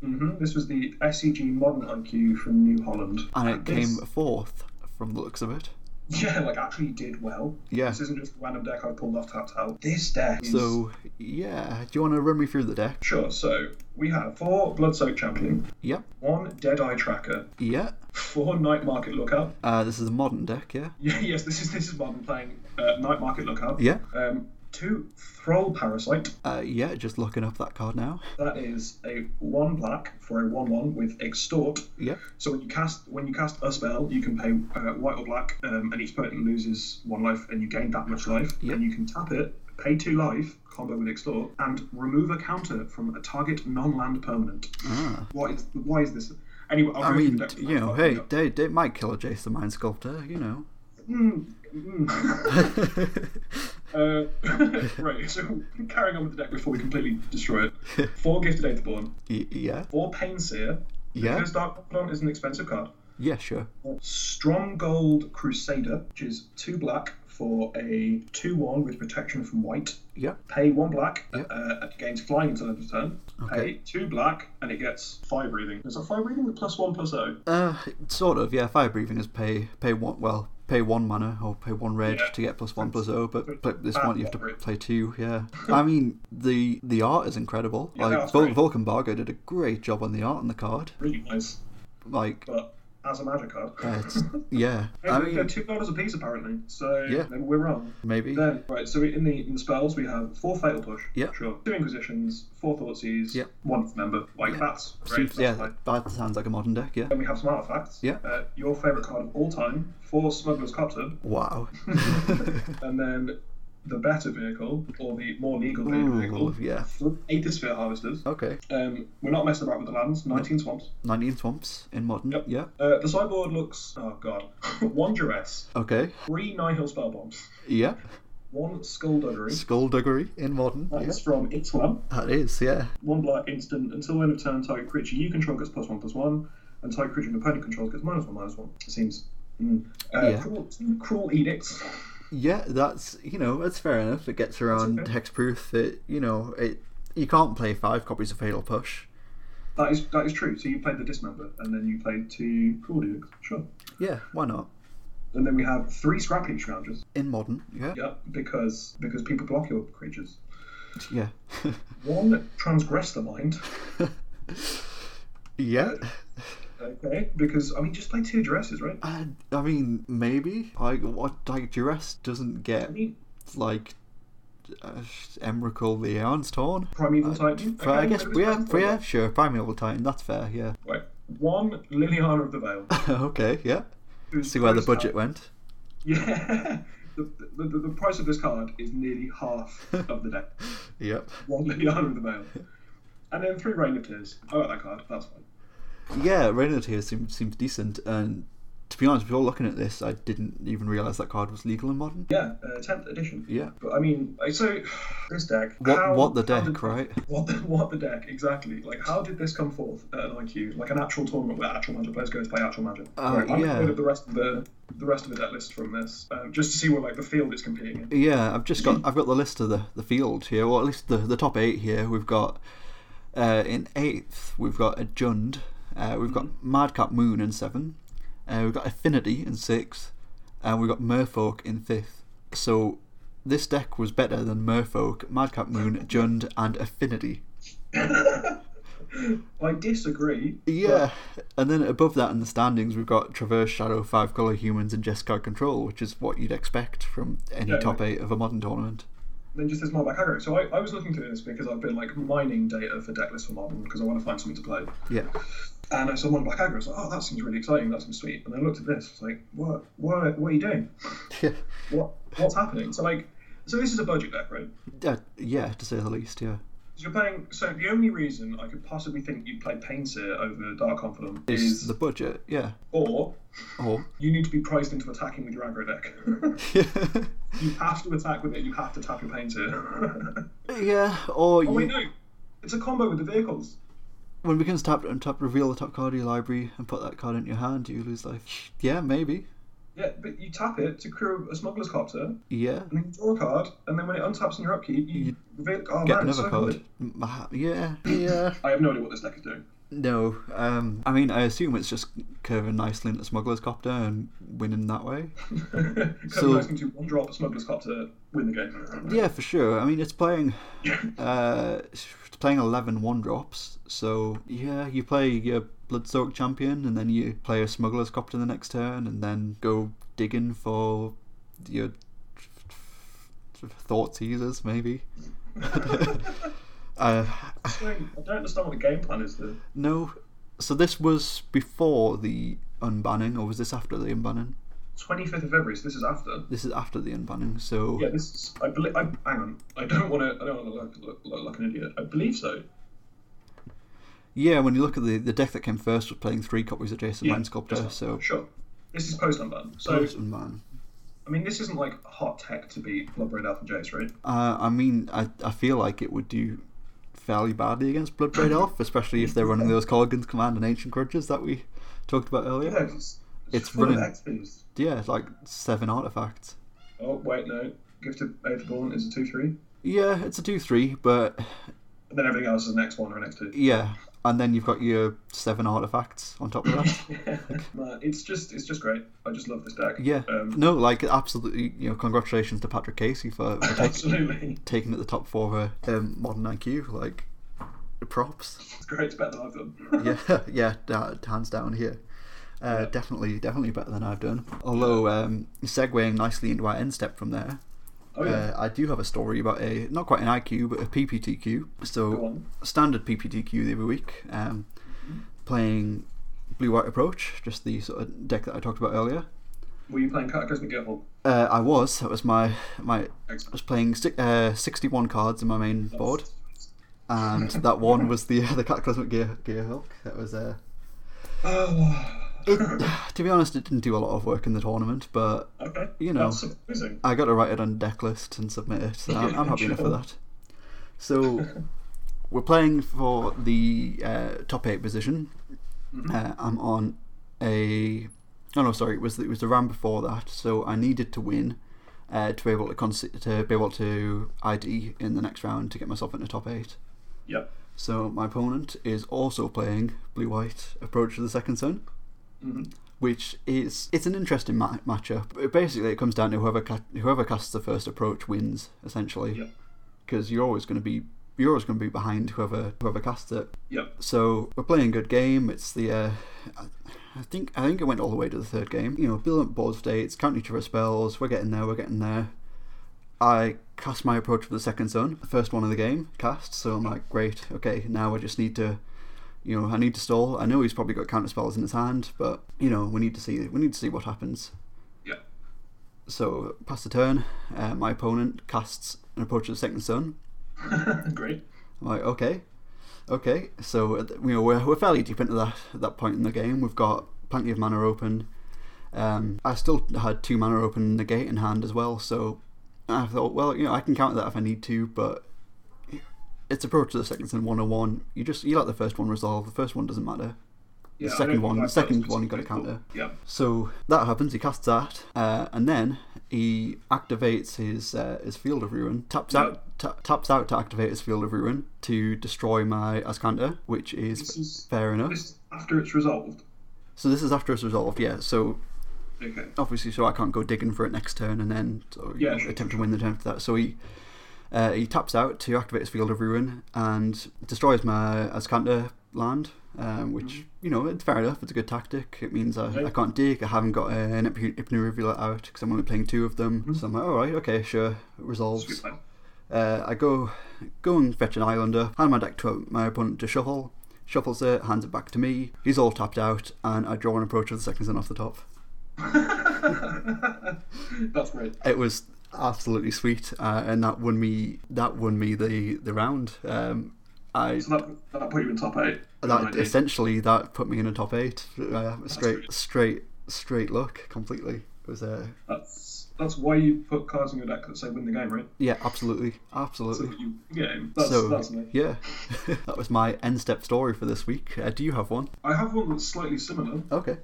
S2: hmm This was the SEG Modern IQ from New Holland.
S1: and it came
S2: This-
S1: fourth from the looks of it.
S2: <laughs> Yeah, like actually did well.
S1: Yeah.
S2: This isn't just a random deck I pulled off tap tap. This deck is
S1: So yeah, do you want to run me through the deck?
S2: sure. So we have four Bloodsoaked Champion,
S1: Yep.
S2: one Deadeye Tracker,
S1: Yeah.
S2: four Night Market Lookout. <laughs>
S1: Uh, this is a modern deck. Yeah.
S2: Yeah, yes, this is this is modern playing uh, Night Market Lookout.
S1: Yeah.
S2: Um, two Thrall Parasite.
S1: Uh, yeah. Just looking up that card now.
S2: That is a one black for a one one with extort.
S1: Yep.
S2: So when you cast when you cast a spell, you can pay uh, white or black, um, and each person loses one life, and you gain that much life.
S1: Yep.
S2: And you can tap it, pay two life, combo with extort, and remove a counter from a target non-land permanent.
S1: Ah.
S2: Why is why is this? Anyway, I'll
S1: I
S2: go through
S1: mean,
S2: the deck
S1: you know,
S2: without
S1: hey,
S2: fucking up.
S1: they, they might kill a Jace the Mind Sculptor. You know. <laughs>
S2: Mm, mm. <laughs> Uh, <laughs> right, so <laughs> carrying on with the deck before we completely destroy
S1: <laughs>
S2: it. Four Gifted Aetherborn,
S1: Y- yeah.
S2: four Painseer,
S1: Yeah.
S2: because Dark Plant is an expensive card.
S1: Yeah. Sure.
S2: Stronghold Crusader, which is two black for a 2 1 with protection from white.
S1: Yeah.
S2: Pay one black,
S1: Yep.
S2: uh, it gains flying until end of turn.
S1: Okay.
S2: Pay two black, and it gets fire breathing. Is that fire breathing with plus one plus oh?
S1: Uh, sort of. Yeah. Fire breathing is pay pay one. Well, pay one mana or pay one red
S2: Yeah.
S1: to get plus one plus zero. But play this
S2: Ah,
S1: one, you have to
S2: great.
S1: play two. Yeah. I mean, the the art is incredible.
S2: Yeah,
S1: like
S2: that's
S1: Vul-
S2: great.
S1: Vulcan Bargo did a great job on the art on the card.
S2: Really nice,
S1: Like,
S2: but as a magic card. <laughs>
S1: uh, it's, yeah. I
S2: They're- they're
S1: mean,
S2: two dollars a piece apparently, so
S1: Yeah.
S2: maybe we're wrong.
S1: maybe.
S2: Then, right, so in the in the spells we have four fatal push,
S1: Yeah.
S2: sure, two inquisitions, four thoughtseize,
S1: Yeah.
S2: one member, like that's great.
S1: Seems- yeah,
S2: that's fine.
S1: that sounds like a modern deck. Yeah.
S2: Then we have some artifacts.
S1: Yeah.
S2: Uh, your favorite card of all time, four Smuggler's Copter, <laughs>
S1: Wow. <laughs>
S2: and then the better vehicle or the more legal vehicle,
S1: Ooh, yeah. Oh.
S2: Aethersphere Harvesters.
S1: Okay.
S2: Um, we're not messing about with the lands. Nineteen swamps.
S1: 19 swamps in modern.
S2: Yep.
S1: Yeah.
S2: Uh, the sideboard looks. Oh god. <laughs> one duress,
S1: Okay.
S2: three Nihil spell bombs,
S1: Yeah.
S2: one skullduggery.
S1: Skullduggery in modern.
S2: That
S1: yeah.
S2: is from Ixalan.
S1: That is, yeah.
S2: One black instant until end of turn target creature you control gets plus one plus one, and target creature an opponent controls gets minus one minus one. It seems. Mm. Uh,
S1: Yeah.
S2: cruel, cruel edicts.
S1: Yeah, that's, you know, that's fair enough. It gets around
S2: okay.
S1: hexproof. It, you know, it you can't play five copies of Fatal Push.
S2: That is that is true. So you played the dismember, and then you played two cruel edicts. Sure.
S1: Yeah, why not?
S2: And then we have three scrap each rounders.
S1: In modern, yeah.
S2: Yep, because because people block your creatures.
S1: Yeah.
S2: One transgress the mind.
S1: <laughs> yeah.
S2: Okay, because I mean, just play two dresses, right?
S1: I, I mean, maybe. Like, what, like, Duress doesn't
S2: I
S1: get,
S2: mean,
S1: like, uh, Emrakul Leon's Torn.
S2: primeval titan.
S1: But Uh, I
S2: Okay,
S1: guess,
S2: maybe
S1: yeah,
S2: it's-
S1: yeah, sure. Primeval Titan, that's fair, yeah. <laughs>
S2: Right. One Liliana of the Veil.
S1: okay, yeah.
S2: whose
S1: <laughs> See where the
S2: price tag-
S1: budget went.
S2: Yeah. <laughs> The, the, the, the price of this card is nearly half
S1: <laughs>
S2: of the deck.
S1: Yep.
S2: One Liliana of the Veil. And then three Rain of Tears. I like that card, that's fine.
S1: Yeah, Reynard here seems seems decent. And to be honest, before looking at this, I didn't even realize that card was legal in modern.
S2: Yeah, uh, 10th edition.
S1: Yeah.
S2: But I mean, like, so this deck.
S1: What
S2: how-
S1: what the
S2: how
S1: deck,
S2: did-
S1: right?
S2: <laughs> What the, what the deck exactly? Like, how did this come forth at an IQ, like an actual tournament where actual magic players go to play actual magic?
S1: Uh,
S2: I'm
S1: yeah.
S2: looking at the rest of the the rest of the deck list from this, um, just to see what like the field it's competing in.
S1: Yeah, I've just got I've got the list of the, the field here, or at least the, the top eight here. We've got uh, in eighth we've got a Jund, uh, we've got
S2: Mm-hmm.
S1: Madcap Moon in seven, uh, we've got Affinity in sixth, and we've got Merfolk in fifth. So this deck was better than Merfolk, Madcap Moon, Jund, and Affinity.
S2: I disagree.
S1: Yeah, and then above that in the standings, we've got Traverse Shadow, Five Color Humans, and Jeskai Control, which is what you'd expect from any
S2: Yeah.
S1: top eight of a modern tournament.
S2: Then just this modern back aggro. So I, I was looking through this because I've been like mining data for deck lists for modern because I want to find something to play.
S1: <laughs> Yeah,
S2: And I saw modern back aggro. I was like, oh, that seems really exciting. That seems sweet. And I looked at this. It's like, what? What? What are you doing?
S1: yeah,
S2: What? What's happening? So like, so this is a budget deck, right?
S1: Uh, yeah, to say the least. Yeah,
S2: So you're playing. So the only reason I could possibly think you'd play Painter over Dark Confidant
S1: it's
S2: is,
S1: the budget. Yeah,
S2: or
S1: or
S2: you need to be priced into attacking with your aggro deck. <laughs> you have to attack with it. You have to tap your Painter.
S1: <laughs>
S2: <laughs>
S1: yeah, or
S2: oh
S1: you,
S2: wait, no, it's a combo with the vehicles.
S1: when we can tap and tap, reveal the top card of your library and put that card into your hand. You lose life. Yeah, maybe.
S2: Yeah, but you tap it to crew a smuggler's copter, and
S1: Yeah,
S2: then you draw a card, and then when it untaps in your upkeep, you,
S1: You
S2: reveal. Oh
S1: get
S2: man, it's
S1: another
S2: so good.
S1: card. Ma- Yeah, yeah.
S2: I have no idea what this deck is doing. <laughs>
S1: No, um, I mean, I assume it's just curving nicely into Smuggler's Copter and winning that way. So-
S2: so, asking to one drop Smuggler's Copter win
S1: <laughs>
S2: the game.
S1: Yeah, for sure. I mean, it's playing, uh, it's playing 11 one drops. So yeah, you play your Bloodsoaked champion, and then you play a Smuggler's Copter the next turn, and then go digging for your thought teasers, maybe. uh,
S2: It's like, I don't understand what the game plan is there.
S1: no, so this was before the unbanning, or was this after the unbanning?
S2: 25th of February, so this is after.
S1: This is after the unbanning. So
S2: Yeah, this is. I believe. I, hang on. I don't want to. I don't want to look, look, look like an idiot. I believe so.
S1: Yeah, when you look at the, the deck that came first was playing three copies of Jason Mind Sculptor,
S2: just-
S1: so
S2: Sure. This is post unban. So
S1: Post and Man.
S2: I mean, this isn't like hot tech to beat Blood Red Alpha Jace, right?
S1: Uh, I mean, I, I feel like it would do fairly badly against
S2: <clears throat>
S1: Bloodbraid Elf, especially if they're running those Colgan's Command and Ancient Grudges that we talked about
S2: Yeah,
S1: earlier.
S2: it's,
S1: It's
S2: full of
S1: running.
S2: XPs.
S1: Yeah, it's like seven artifacts.
S2: Oh wait, no. Gift of Ageborn is a two three, and
S1: Yeah, it's a 2 3, but
S2: then everything else is an X one or an X two.
S1: <laughs> yeah, and then you've got your seven artifacts on top of that.
S2: <clears throat> Man, it's just it's just great. I just love this deck.
S1: Yeah,
S2: Um,
S1: no, like absolutely, you know, congratulations to Patrick Casey for,
S2: <clears throat>
S1: for taking
S2: absolutely.
S1: taking at the top for uh, um, modern IQ. Like, props.
S2: <laughs> It's great. It's better than I've done.
S1: Yeah, <laughs> yeah, da- hands down here. Uh, Definitely, definitely better than I've done. Although, um, segueing nicely into our end step from there,
S2: <laughs> oh yeah.
S1: uh, I do have a story about a not quite an IQ, but a PPTQ.
S2: Go
S1: So
S2: on.
S1: standard PPTQ the other week, um, playing blue white approach, just the sort of deck that I talked about earlier.
S2: Were you playing Cataclysmic Guildhall?
S1: Uh, I was that was my my I <laughs>
S2: Excellent.
S1: was playing si- uh, sixty one cards in my main board. and that one was the <laughs> the Cataclysmic Gear, Gear Hulk. That was uh,
S2: Oh. <laughs>
S1: to be honest, it <sighs> didn't do a lot of work in the tournament, but
S2: okay.
S1: you know.
S2: That's surprising.
S1: I got to write it on deck list and submit it. So I'm, I'm happy enough for that. So we're playing for the uh, top eight position.
S2: Mm-hmm.
S1: Uh, I'm on a oh no sorry it was it was the round before that, so I needed to win. Uh, to be able to, con- to be able to ID in the next round to get myself into top eight.
S2: Yep.
S1: So my opponent is also playing Blue White Approach to the Second Sun,
S2: Mhm.
S1: which is it's an interesting ma- matchup. But Basically, it comes down to whoever ca- whoever casts the first approach wins essentially,
S2: Yep.
S1: because you're always going to be you're always going to be behind whoever whoever casts it.
S2: Yep.
S1: So we're playing a good game. It's the uh, I- I think I think it went all the way to the third game. You know, building up board states, counting each other's spells. We're getting there. We're getting there. I cast my approach for the second zone, the first one of the game cast. So I'm like, great, okay. Now I just need to, you know, I need to stall. I know he's probably got counter spells in his hand, but you know, we need to see we need to see what happens.
S2: Yep.
S1: So pass the turn. Uh, my opponent casts an approach to the second zone.
S2: <laughs> Great.
S1: I'm like, okay, okay. So uh, th- you know, we're, we're fairly deep into that at that point in the game. We've got plenty of mana open. Um, I still had two mana open in the gate in hand as well, so I thought, well, you know, I can counter that if I need to, but it's approach to the second and 101. You just you let the first one resolve. The first one doesn't matter.
S2: Yeah, I
S1: second
S2: don't
S1: one-
S2: think
S1: the
S2: I've
S1: second
S2: got a
S1: one you gotta
S2: specific-
S1: counter.
S2: Yeah.
S1: So that happens. He casts that, uh, and then he activates his uh, his field of ruin. Taps out, ta- taps out to activate his field of ruin to destroy my Ascanta, which is,
S2: This is
S1: fair enough.
S2: this is after it's resolved.
S1: so this is after it's resolved, yeah. So
S2: Okay.
S1: obviously, so I can't go digging for it next turn and then so, you
S2: Yeah,
S1: know,
S2: sure,
S1: attempt to win the turn for that. So he. Uh, he taps out to activate his field of ruin and destroys my Ascanta land, um, which
S2: Mm-hmm.
S1: you know it's fair enough. It's a good tactic. It means I, I
S2: Okay.
S1: can't dig. I haven't got uh, an Hypno- Hypno Rivulet out because I'm only playing two of them. So I'm like, all right, okay, sure, it
S2: Mm-hmm. Sweet
S1: resolves.
S2: plan.
S1: Uh, I go go and fetch an islander, hand my deck to my opponent to shuffle, shuffles it, hands it back to me. He's all tapped out, and I draw an approach of the second zone off the top.
S2: That's great.
S1: It was absolutely sweet, uh, and that won me that won me the the round. Um, I
S2: So that, that put you in top eight.
S1: that
S2: Good idea.
S1: essentially that put me in a top eight. Uh, straight
S2: good.
S1: straight straight luck completely. It was uh,
S2: That's that's why you put cards in your deck that say win the game, right?
S1: yeah, absolutely,
S2: So
S1: absolutely.
S2: that you win the game. That's
S1: So,
S2: that's amazing.
S1: yeah, <laughs> that was my end step story for this week. Uh, do you have one?
S2: I have one that's slightly similar.
S1: Okay.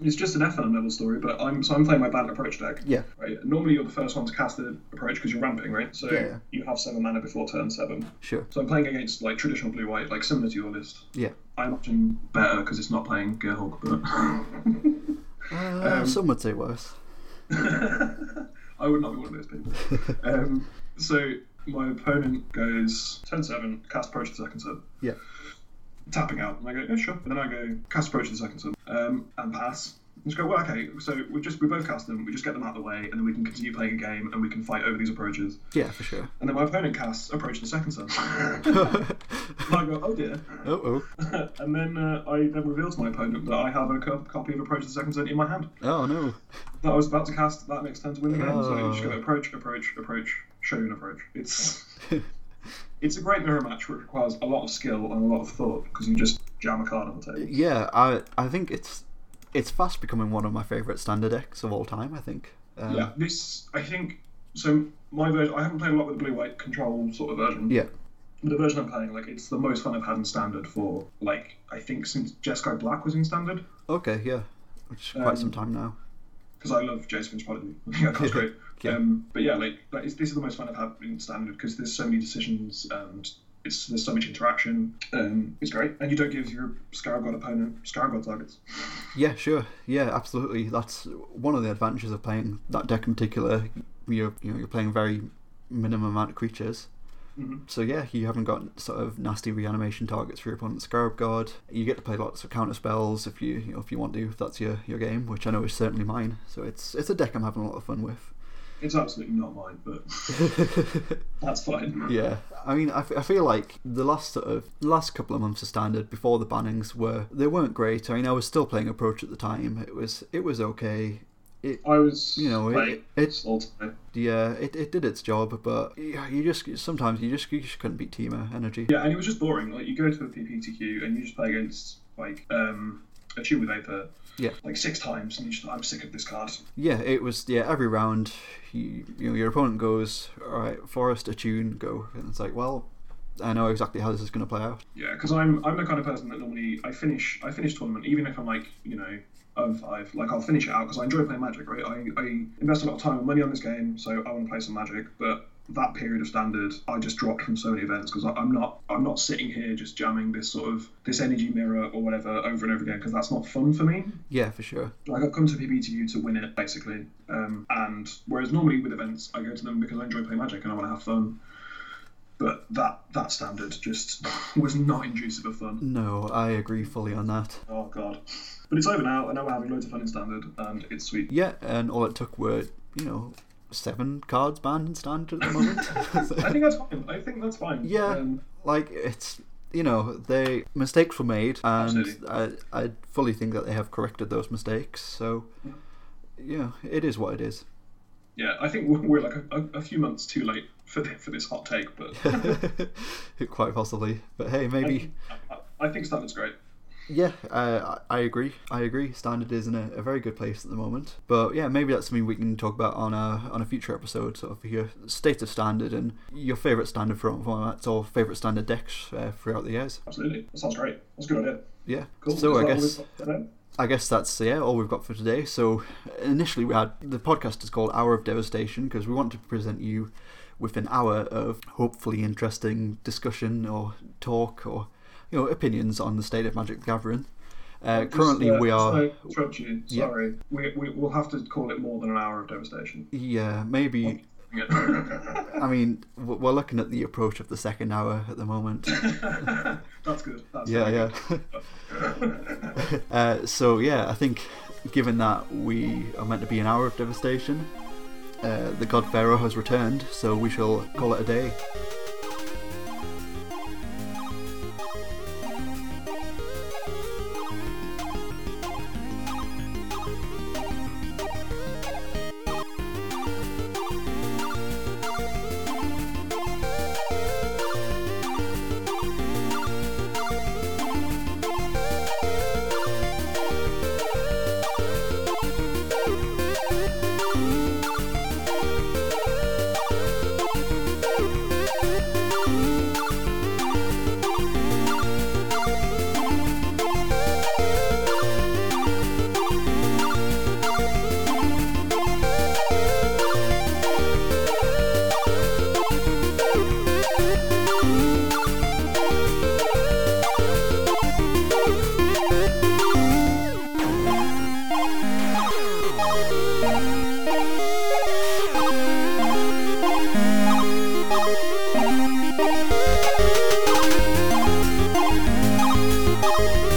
S2: It's just an FNM level story, but I'm so I'm playing my bad approach deck.
S1: Yeah.
S2: Right. Normally you're the first one to cast the approach because you're ramping, right? So
S1: Yeah, yeah.
S2: you have seven mana before turn seven.
S1: Sure.
S2: So I'm playing against like traditional blue white, like similar to your list.
S1: Yeah.
S2: I imagine better because it's not playing Gearhulk, but <laughs>
S1: Uh, some would say worse.
S2: I would not be one of
S1: <laughs>
S2: those people. um, so my opponent goes turn seven, cast approach to second sub.
S1: Yeah.
S2: tapping out. And I go, yeah, sure. And then I go, cast approach to the second sub um, and pass. And just go, well, okay, so we just we both cast them, we just get them out of the way, and then we can continue playing a game and we can fight over these approaches.
S1: Yeah, for sure. <laughs>
S2: And then my opponent casts approach to the second sub. <laughs> and
S1: oh
S2: I go, oh dear. <laughs>
S1: oh.
S2: and then uh, I then reveal to my opponent that I have a co- copy of approach to the second sub in my hand
S1: Oh no.
S2: that I was about to cast that next turn to win the game. So you just go
S1: Oh.
S2: approach, approach, approach, show an approach. It's it's a great mirror match, which requires a lot of skill and a lot of thought because you just jam a card on the table.
S1: Yeah, I I think it's it's fast becoming one of my favorite standard decks of all time. I think. Um,
S2: yeah, this I think so. My version, I haven't played a lot with the blue white control sort of version.
S1: Yeah.
S2: But the version I'm playing, like, it's the most fun I've had in standard for like I think since Jeskai Black was in standard
S1: Okay. Yeah. Which is quite some time now.
S2: because I love Jace Finch <laughs> Prodigy. I think that card's great.
S1: Yeah.
S2: Um, but yeah, like, like it's, this is the most fun I've had in standard because there's so many decisions and it's there's so much interaction. Um, it's great, and you don't give your Scarab God opponent Scarab God targets.
S1: Yeah, sure. Yeah, absolutely. That's one of the advantages of playing that deck in particular. You're you know you're playing very minimum amount of creatures.
S2: Mhm.
S1: So yeah, you haven't got sort of nasty reanimation targets for your opponent's Scarab Guard. You get to play lots of counter spells if you, you know, if you want to. If that's your, your game, which I know is certainly mine. So it's it's a deck I'm having a lot of fun with. <laughs>
S2: It's absolutely not mine, but that's fine.
S1: Yeah, I mean, I, f- I feel like the last sort of last couple of months of standard before the bannings were they weren't great. I mean, I was still playing approach at the time. It was it was okay. It
S2: I was,
S1: You know, it-
S2: like,
S1: it's-
S2: all today.
S1: yeah, it, it did its job, but yeah, you just sometimes you just you just couldn't beat Teemo energy.
S2: yeah, and it was just boring. Like you go to a PPTQ and you just play against like um, a tune with Aether,
S1: Yeah.
S2: like six times, and you just I'm sick of this card.
S1: Yeah, it was yeah every round you you know your opponent goes all right forest attune go and it's like well I know exactly how this is going to play out.
S2: Yeah, because I'm I'm the kind of person that normally I finish I finish tournament even if I'm like you know over five like I'll finish it out because I enjoy playing Magic right I, I invest a lot of time and money on this game so I want to play some Magic but that period of standard I just dropped from so many events because I'm not I'm not sitting here just jamming this sort of this energy mirror or whatever over and over again because that's not fun for me
S1: Yeah, for sure.
S2: like I've come to PBTU to win it basically um, and whereas normally with events I go to them because I enjoy playing Magic and I want to have fun. But that, that standard just <laughs> was not inducive of fun.
S1: No, I agree fully on that.
S2: Oh god. But it's over now, and now we're having loads of fun in standard, and it's <laughs> sweet.
S1: Yeah, and all it took were you know seven cards banned in standard at the moment.
S2: <laughs>
S1: <laughs>
S2: I think that's fine. I think that's fine.
S1: Yeah.
S2: Um,
S1: like it's you know they mistakes were made and
S2: Absolutely.
S1: I, I fully think that they have corrected those mistakes so yeah it is what it
S2: <laughs>
S1: is <laughs>
S2: yeah. I think we're, we're like a, a, a few months too late for the, for this hot take, but
S1: quite possibly but hey <laughs> maybe
S2: I, I think standard's great.
S1: yeah uh, i I agree i agree standard is in a, a very good place at the moment but yeah maybe that's something we can talk about on a on a future episode sort of your state of standard and your favorite standard form- formats or favorite standard decks uh, throughout the years
S2: Absolutely. That sounds great. That's a good idea.
S1: yeah
S2: Cool.
S1: so
S2: Is
S1: i
S2: that all
S1: guess
S2: we've got today?
S1: I guess that's yeah all we've got for today. So initially we had the podcast is called Hour of Devastation because we want to present you with an hour of hopefully interesting discussion or talk or you know opinions on the state of Magic the Gathering. Uh,
S2: Just,
S1: currently
S2: uh,
S1: we
S2: just
S1: are
S2: to interrupt you.
S1: Yeah.
S2: Sorry. We, we, we'll have to call it more than an hour
S1: <laughs>
S2: of devastation. <laughs>
S1: yeah maybe
S2: Yeah.
S1: I mean w- we're looking at the approach of the second hour at the moment.
S2: that's good. That's
S1: Yeah yeah. <laughs>
S2: <laughs>
S1: Uh, so yeah, I think given that we are meant to be an hour of devastation, uh, the god Pharaoh has returned, so we shall call it a day. Bye.